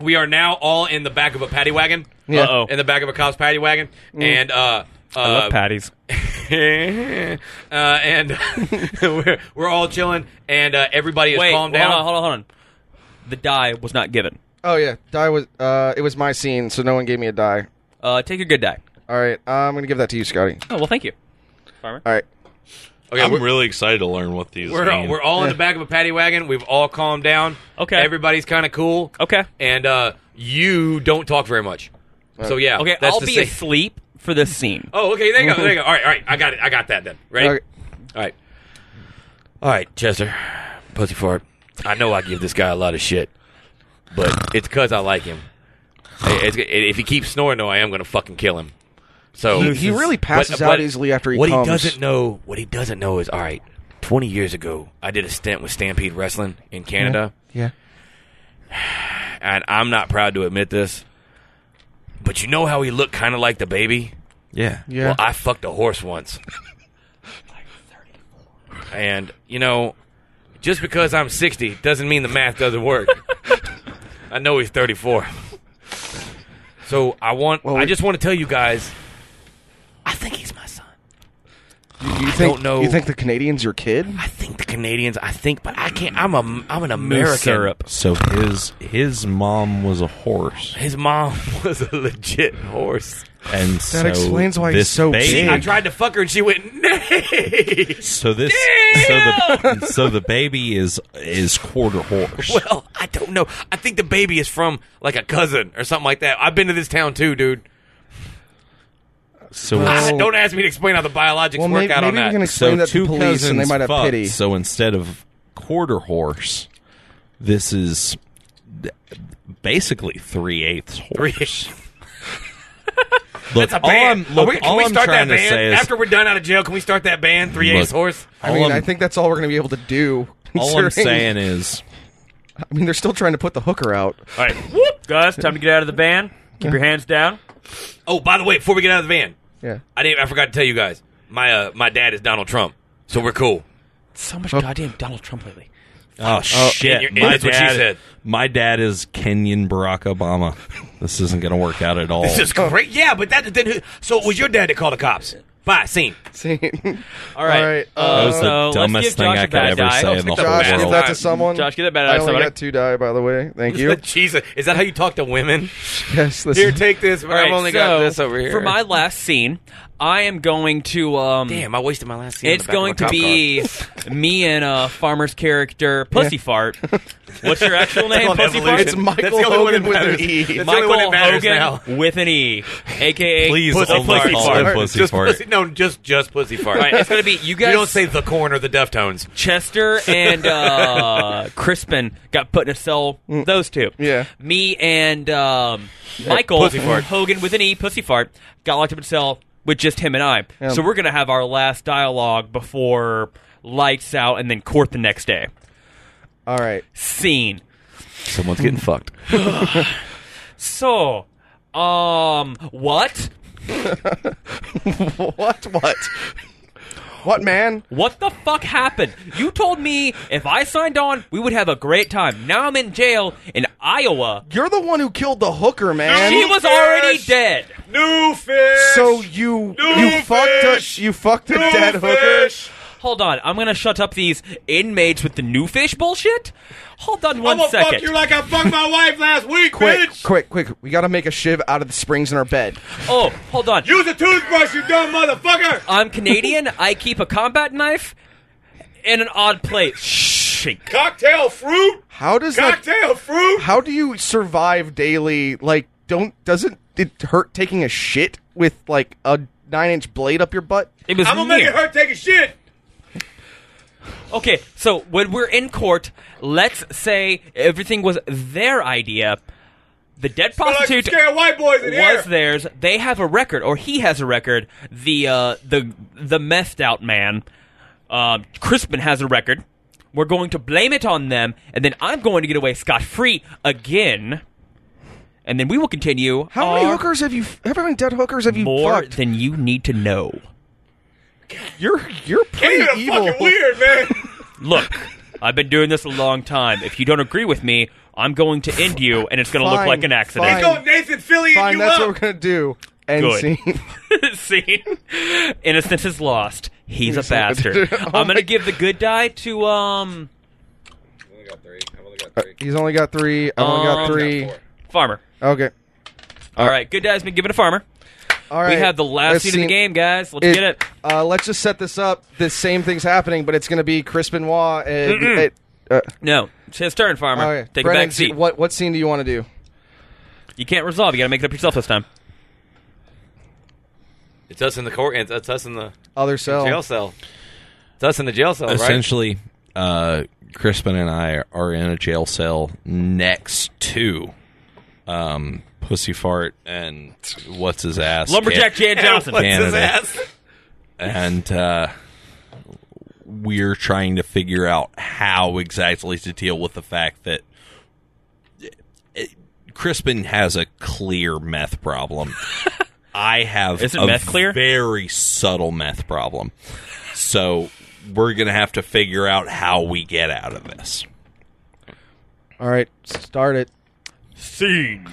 We are now all in the back of a paddy wagon. Yeah. Mm. Uh-oh. in the back of a cop's paddy wagon, and uh, uh, I love patties. [laughs] uh, and [laughs] we're, we're all chilling, and uh, everybody is Wait, calmed hold down. on, hold on, hold on. The die was not given. Oh yeah, die was. Uh, it was my scene, so no one gave me a die. Uh, take your good die. All right, uh, I'm gonna give that to you, Scotty. Oh well, thank you, farmer. All right. Okay, I'm we're, really excited to learn what these. we're, all, mean. we're all in the back of a paddy wagon. We've all calmed down. Okay. everybody's kind of cool. Okay. and uh, you don't talk very much. So yeah, Okay, that's I'll the be scene. asleep for this scene. Oh, okay. There you go. [laughs] There you go. All right. All right. I got it. I got that then. Ready? Okay. All right. All right, Chester. Pussy fart. I know I give this guy a lot of shit, but it's because I like him. Hey, it's- if he keeps snoring, though, I am going to fucking kill him. So He- he really passes out easily after he What comes. he doesn't know, what he doesn't know is, all right. Twenty years ago, I did a stint with Stampede Wrestling in Canada, Yeah. and I'm not proud to admit this, but you know how he looked kind of like the baby. yeah. Yeah. Well, I fucked a horse once. and, you know, just because I'm 60 doesn't mean the math [laughs] doesn't work. I know he's 34. So I want Well, I we- just want to tell you guys I think he's my son. you I think, don't know. You think the Canadian's your kid? I think the Canadians I think but I can't I'm a I'm an American. So his his mom was a horse, His mom [laughs] was a legit horse. and that so explains why he's this so baby, big. I tried to fuck her and she went nay. [laughs] So this so the [laughs] so the baby is is quarter horse. [laughs] Well, I don't know. I think the baby is from like a cousin or something like that. I've been to this town too, dude. so Ah, it's, Oh. don't ask me to explain how the biologics Well, work maybe, out maybe on we that. can explain so that to two the police, cousins and they might have fucked. pity. So instead of quarter horse, this is d- basically three eighths horse. look, That's a all I'm, band. look, Are we- can all we I'm start that trying to band say is after we're done out of jail? Can we start that band? Three A's Look, horse. I all mean, I'm- I think that's all we're gonna be able to do. all I'm considering- saying is [laughs] I mean, they're still trying to put the hooker out. Uh, All right, guys, time to get out of the van. Keep your hands down. Oh, by the way, before we get out of the van, Yeah. I didn't. I forgot to tell you guys. My uh, my dad is Donald Trump, so we're cool. So much goddamn Donald Trump lately. Oh, and shit! you're- and that's what she said. My dad is Kenyan Barack Obama. This isn't going to work out at all. This is great. Yeah, but that then. who- So it was your dad that called the cops. Bye. Scene. See. All right, All right, uh, uh, that was the so let's dumbest give thing Josh I a could bad ever die. say in the Let's whole Josh, give Bad world. that eye. to someone. Josh, get that bad eye I to only somebody. got two die, by the way. [laughs] Thank you. Jesus, is that [laughs] how you talk to women? yes. This Here, take this. All right, I've only so got this over here. For my last scene, I am going to. Um, Damn, I wasted my last. seat on It's the back of going my to cop be [laughs] me and uh, Farmer's character, Pussy Fart. What's your actual name, car. Pussy Fart? It's Michael That's the only one Hogan that with an matters. E. That's the only Michael one that matters Hogan now. with an E, aka Please Pussy, only Pussy call Fart. him Pussy just Fart. pussy, no, just just pussy fart. All right, it's gonna be you guys. You don't say the corn or the Deftones. Chester and uh, Crispin got put in a cell. Those two. Yeah. Me and um, Michael pussy fart. Hogan with an E, pussy fart, got locked up in a cell with just him and I. Yeah. So we're gonna have our last dialogue before lights out, and then court the next day. All right. Scene. Someone's getting fucked. [sighs] So, um, what? What? What? what, man? What the fuck happened? You told me if I signed on, we would have a great time. Now I'm in jail in Iowa. You're the one who killed the hooker, man. She was already dead. New fish. So you you fish! fucked a you fucked a dead hooker. Hold on, I'm gonna shut up these inmates with the new fish bullshit. Hold on one second. like I fucked my wife last week, Quick, quick, quick! We gotta make a shiv out of the springs in our bed. oh, hold on. Use a toothbrush, you dumb motherfucker. I'm Canadian. I keep a combat knife in an odd place. Shake. Cocktail fruit. How does that? fruit. How do you survive daily? Like, don't doesn't it hurt taking a shit with like a nine inch blade up your butt? It was near. take a shit. Okay, so when we're in court, let's say everything was their idea. The dead prostitute white boys was theirs. They have a record, or he has a record. The uh, the the messed out man, um, Crispin has a record. We're going to blame it on them, and then I'm going to get away scot free again. And then we will continue. How many our hookers have you? How many dead hookers have you More fucked? than you need to know. You're you're pretty evil. man. Look, I've been doing this a long time. If you don't agree with me, I'm going to end you, and it's going to look Fine, like an He's accident. going Nathan Philly Fine, that's what we're gonna do. End Good. scene. [laughs] See, innocence is lost. He's a bastard. [laughs] Oh I'm my- gonna give the good die to um He's only got three. I've only got Um, three. farmer. Okay. All right, good die's been given to farmer. All right. We have the last Let's seat of the see. game, guys. Let's It- get it. Uh, let's just set this up. The same thing's happening, but it's going to be Chris Benoit. And, Mm-mm. uh, No, it's his turn, farmer. all right. Take a Brennan, back seat. What what scene do you want to do? You can't resolve. You gotta make it up yourself this time. It's us in the court. It's, it's us in the Other cell. jail cell. It's us in the jail cell, [laughs] right? Oh. Essentially, uh, Crispin and I are in a jail cell next to um, Pussy Fart and what's his ass Lumberjack Jan Johnson. What's his Canada. ass? and uh, we're trying to figure out how exactly to deal with the fact that eh, Crispin has a clear meth [laughs] problem. I have Isn't a meth clear? very subtle meth problem. So we're going to have to figure out how we get out of this. All right. Start it. [laughs] Scene.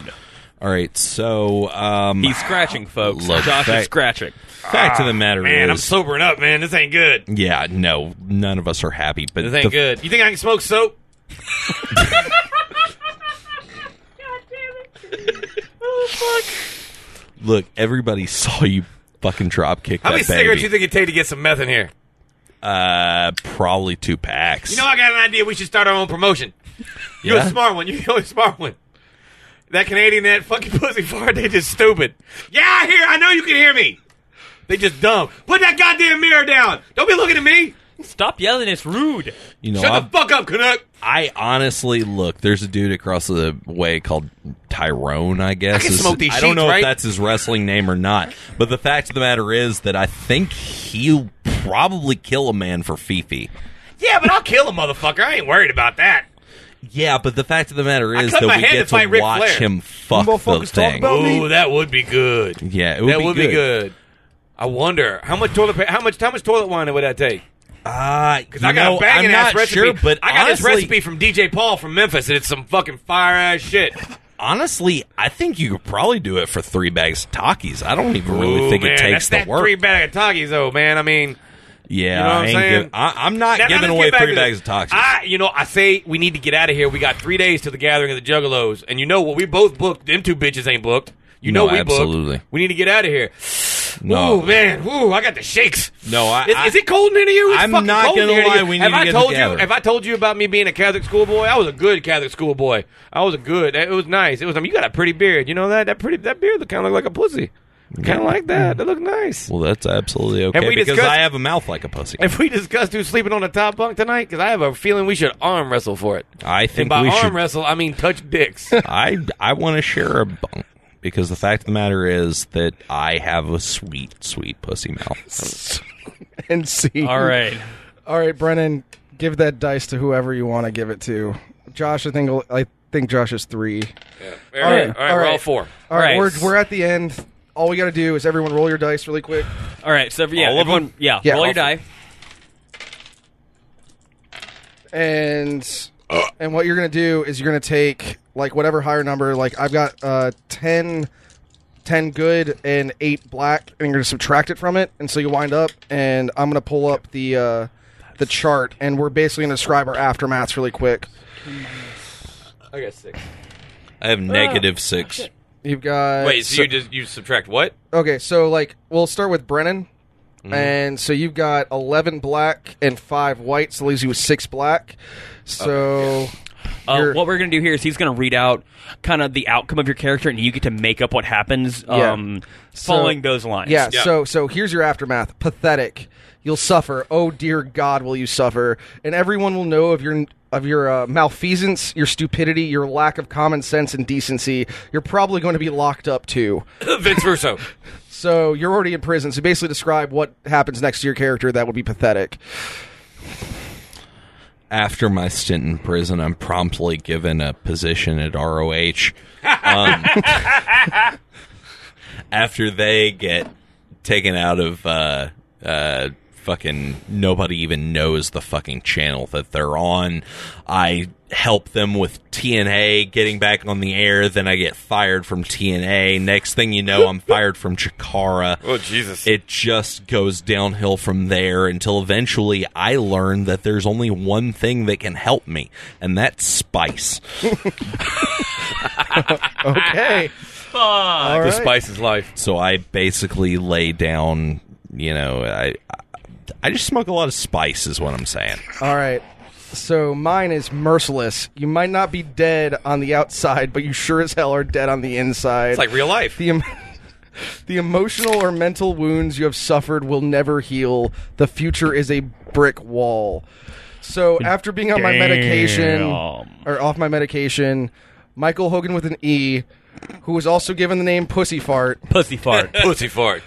All right, so um, He's scratching, folks. Look, Josh that- is scratching. fact of the matter Ah, Man, I'm is, sobering up, man. This ain't good. yeah, no, none of us are happy. But This ain't the good. You think I can smoke soap? Look, everybody [laughs] saw you fucking drop kick How that many baby. cigarettes you think it'd take to get some meth in here? uh, probably two packs. You know, I got an idea. We should start our own promotion. You're Yeah? a smart one. You're the only smart one. That Canadian, that fucking [laughs] pussy fart, they just stupid. Yeah, I hear. I know you can hear me. They just dumb. Put that goddamn mirror down. Don't be looking at me. Stop yelling. It's rude. You know, Shut I, the fuck up, Canuck. I honestly look. There's a dude across the way called Tyrone. I guess can is- smoke these I don't sheets, know right? if that's his wrestling name or not. But the fact of the matter is that I think he'll probably kill a man for Fifi. Yeah, but I'll kill a motherfucker. I ain't worried about that. Yeah, but the fact of the matter is cut that my we hand get to to fight Ric watch Flair. him fuck the Motherfuckers talk thing. about- me? Ooh, that would be good. Yeah, it would that be would good. be good. I wonder how much toilet pa- how much how much toilet wine would that take? Ah, Because I got a banging am ass not recipe. sure, but I got honestly, this recipe from DJ Paul from Memphis, and it's some fucking fire ass shit. honestly, I think you could probably do it for three bags of Takis. I don't even really Ooh, think man, it that's takes the that work. Three bag of Takis, though, man. I mean, yeah, know what I'm I ain't saying? giving- I, I'm not now- now giving let's away get back three to bags this. of Takis. I, you know, I say we need to get out of here. We got three days to the gathering of the Juggalos, and you know what? We both booked. Them two bitches ain't booked. You No, know we absolutely. booked. We need to get out of here. No. Ooh, man. Ooh, I got the shakes. Oh. No, I- Is, I- is it cold in here to you? It's I'm fucking not cold in gonna here lie, you. we need have to I get told together. you? Have I told you about me being a Catholic schoolboy? I was a good Catholic schoolboy. I was a good. It was nice. It was. I mean, you got a pretty beard. You know that that pretty that beard kind of looked like a pussy. Kind of like that. That looked nice. Mm. Well, that's absolutely okay Have we because discussed- I have a mouth like a pussy. If we discussed who's sleeping on the top bunk tonight, because I have a feeling we should arm wrestle for it. I And think by we arm should. wrestle, I mean touch [laughs] dicks. I I want to share a bunk because the fact of the matter is that I have a sweet, sweet pussy mouth. and see. All right. All right, Brennan, give that dice to whoever you want to give it to. Josh, I think I think Josh is three. all right, all right, right, all we're all right. four. All Right. right, we're we're at the end. All we got to do is everyone roll your dice really quick. All right. So yeah, All of everyone, them? yeah, Yeah, roll your all die. of and and what you're gonna do is you're gonna take like whatever higher number like i've got uh 10 10 good and 8 black and you're gonna subtract it from it and so you wind up and i'm gonna pull up the uh the chart and we're basically gonna describe our aftermaths really quick I got six. I have negative six. you've got Wait, so, you just you subtract what? [laughs] okay so like we'll start with brennan and so you've got 11 black and 5 white so leaves you with 6 black so Uh, You're- what we're gonna do here is he's gonna read out kind of the outcome of your character, and you get to make up what happens Yeah. um, So- following those lines. Yeah, Yeah. So so here's your aftermath. Pathetic. You'll suffer. Oh dear God, will you suffer? And everyone will know of your of your uh, malfeasance, your stupidity, your lack of common sense and decency. You're probably going to be locked up too. Vince [laughs] Russo. So you're already in prison. So basically, describe what happens next to your character. That would be pathetic. After my stint in prison, I'm promptly given a position at ROH. Um, [laughs] after they get taken out of uh, uh, fucking nobody even knows the fucking channel that they're on, I help them with TNA getting back on the air. Then I get fired from TNA. Next thing you know, I'm fired from Chikara. Oh Jesus! it just goes downhill from there until eventually I learn that there's only one thing that can help me, and that's spice. Okay. All the right. spice is life. So I basically lay down, you know, I I just smoke a lot of spice is what I'm saying. All right. So mine is merciless. You might not be dead on the outside, but you sure as hell are dead on the inside. It's like [laughs] real life. The, em- the emotional or mental wounds you have suffered will never heal. The future is a brick wall. So after being on my medication or off my medication, Michael Hogan with an E, who was also given the name Pussy Fart, [laughs] Pussy [laughs] fart. Pussy fart.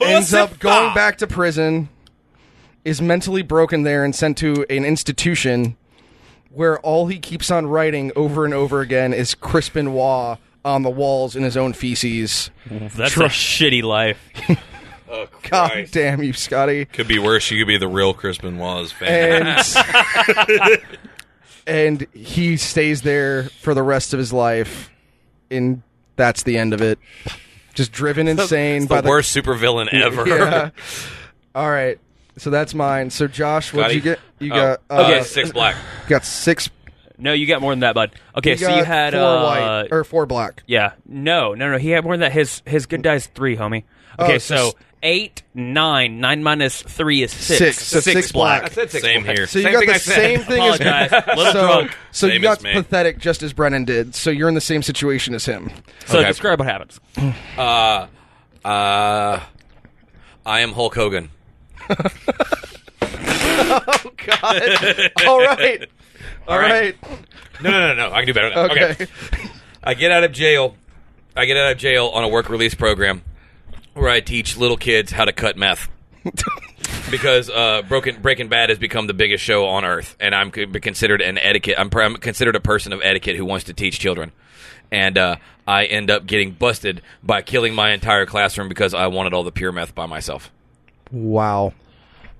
ends up going back to prison, is mentally broken there and sent to an institution where all he keeps on writing over and over again is Crispin Waugh on the walls in his own feces. That's a shitty life. Oh, God Ah, damn you, [laughs] Scotty. Could be worse. You could be the real Crispin Wallace fan. And and he stays there for the rest of his life, and that's the end of it. Just driven insane It's by the the worst supervillain [laughs] ever. Yeah. All right, so that's mine. So Josh, what would you get? You got uh, Oh. okay, six black. got six. No, you got more than that, bud. Okay, you so got you had four uh, white Er- or four black. yeah. No, no, no. He had more than that. His his good die is three, homie. Okay, Oh, so so eight, nine, nine minus three is six. Six. So six black. I said six. Same black. here. So you Same got thing the I said. same thing as Apologize. [laughs] Little so, drunk. So you Same got as me. pathetic just as Brennan did. So you're in the same situation as him. So Okay. describe what happens. Uh, I am Hulk Hogan. All right. All right. right. No, no, no, no. I can do better. Than that. [laughs] Okay. okay. I get out of jail. I get out of jail on a work release program where I teach little kids how to cut meth. because uh, Broken Breaking Bad has become the biggest show on earth, and I'm c- considered an etiquette. I'm, pr- I'm considered a person of etiquette who wants to teach children, and uh, I end up getting busted by killing my entire classroom because I wanted all the pure meth by myself. Wow.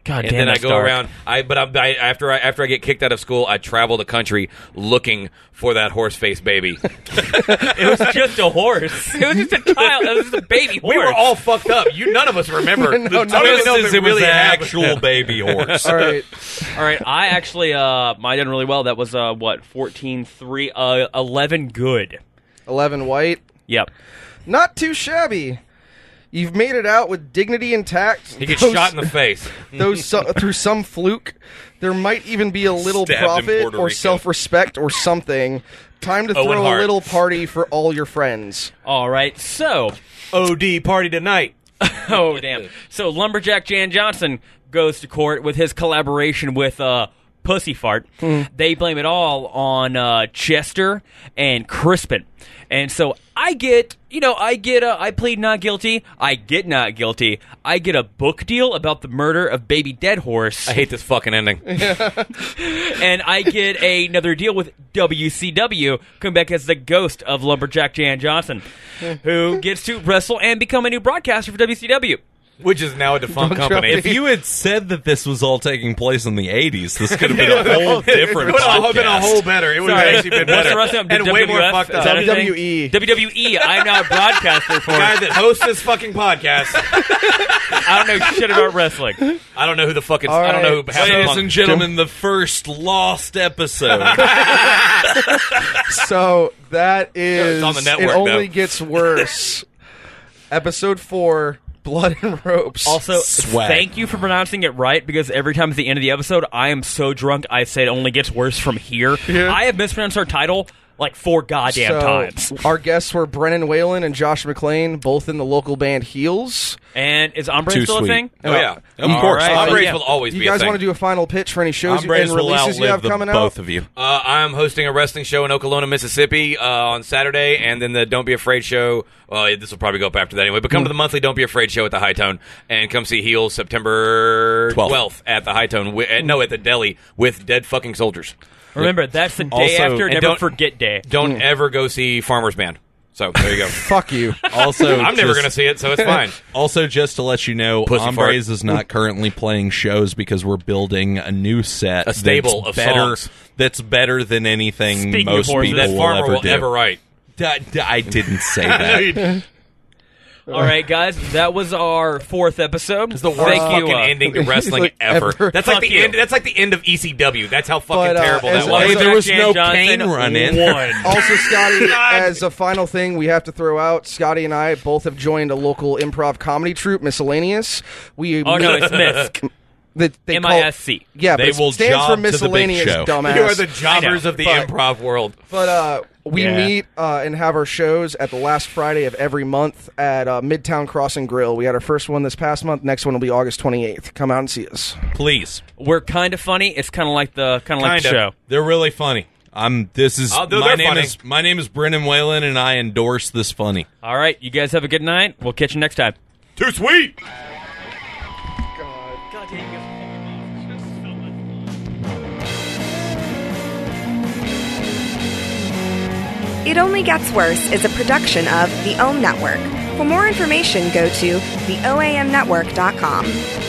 God And then I go around. I but I'm, I, after I after I get kicked out of school, I travel the country looking for that horse face baby. It was just a horse. [laughs] it was just a child. It was just a baby horse. we were all fucked up. You none of us remember. No, I don't even know if it, really happened. [laughs] baby horse. All right. All right, I actually uh I did really well. That was uh what 14 3 uh 11 good. 11 white. Yep. Not too shabby. You've made it out with dignity intact. He gets Those- shot in the face. those so, through some fluke. There might even be a little Stabbed in profit Puerto or Rico. self-respect or something. Time to Owen throw a Hart. little party for all your friends. All right, so [laughs] OD party tonight. oh damn. So lumberjack Jan Johnson goes to court with his collaboration with uh, Pussy Fart. They blame it all on uh, Chester and Crispin, and so I get you know I get a, I plead not guilty. I get not guilty. I get a book deal about the murder of Baby Dead Horse, I hate this fucking ending. and I get another deal with WCW. Come back as the ghost of lumberjack Jan Johnson, who gets to wrestle and become a new broadcaster for WCW. which is now a defunct company. If you had said that this was all taking place in the 80s, this could have [laughs] been a whole [laughs] different would have podcast. been a whole better. It would have actually been What's better the rest of them? and way more WWF? fucked Is up. that a The thing? E. WWE. WWE. I'm now a broadcaster for. guy it. that hosts this fucking podcast. I don't know shit about wrestling. I don't know who the fucking. I don't know who. half the Ladies punk- and gentlemen, the first lost episode. So [laughs] that is It's on the network, it only though. gets [laughs] worse. Episode 4, Blood and Ropes. Also, Swag. thank you for pronouncing it right because every time at the end of the episode, I am so drunk. I say it only gets worse from here. I have mispronounced our title like four goddamn So, times, Our guests were Brennan Whalen and Josh McLean, both in the local band Heels. and is ombre Too still sweet. a thing? Oh yeah, Of All course. right. Hombres Yeah. will always You be. a guys thing. want to do a final pitch for any shows you, and Hombres will releases you outlive have the coming out? both of you. Uh, I'm hosting a wrestling show in Okolona, Mississippi uh, on Saturday, and then the Don't Be Afraid show. Well, this will probably go up after that anyway, but come to the monthly Don't Be Afraid show at the High Tone and come see Heels September 12th, Twelfth. at the High Tone. Wi- uh, no, at the deli with dead fucking soldiers. Remember, that's the day Also- after and Never don't- Forget [laughs] Day. Don't Hmm. ever go see Farmer's Band. So there [laughs] you go. Fuck you. [laughs] Also, I'm never just- going to see it, so it's fine. Also, just to let you know, Pussy Hombres is not currently playing shows because we're building a new set, A stable that's of better, songs. that's better than anything Speaking of most horses. people [laughs] that will farmer ever will do. ever write. I, I didn't [laughs] say that. All right, guys, that was our fourth episode. It's the worst Thank fucking you, uh, ending [laughs] to wrestling like, ever. ever. That's like Fuck the you. end. That's like the end of ECW. That's how fucking But, uh, terrible as- that as was. hey, Also, there was Jan no Johnson cane running. [laughs] Also, Scotty, as a final thing, we have to throw out Scotty and I both have joined a local improv comedy troupe, Miscellaneous. We Oh no, [laughs] [laughs] it's Misk. that they M call- I S C. Yeah, They but will it stands for job to the big miscellaneous, show. dumbass. You are the jobbers know. of the But- improv world. but uh, we Yeah. meet uh, and have our shows at the last Friday of every month at uh, Midtown Crossing Grill. We had our first one this past month. Next one will be August 28th. Come out and see us. Please, We're kind of funny. It's kind of like the kind of like the Kinda. show. they're really funny. I'm. This is Oh, they're- my they're name funny. is my name is Brennan Whalen, and I endorse this funny. All right, you guys have a good night. We'll catch you next time. Too sweet. It Only Gets Worse is a production of the OAM Network. For more information, go to theoamnetwork.com.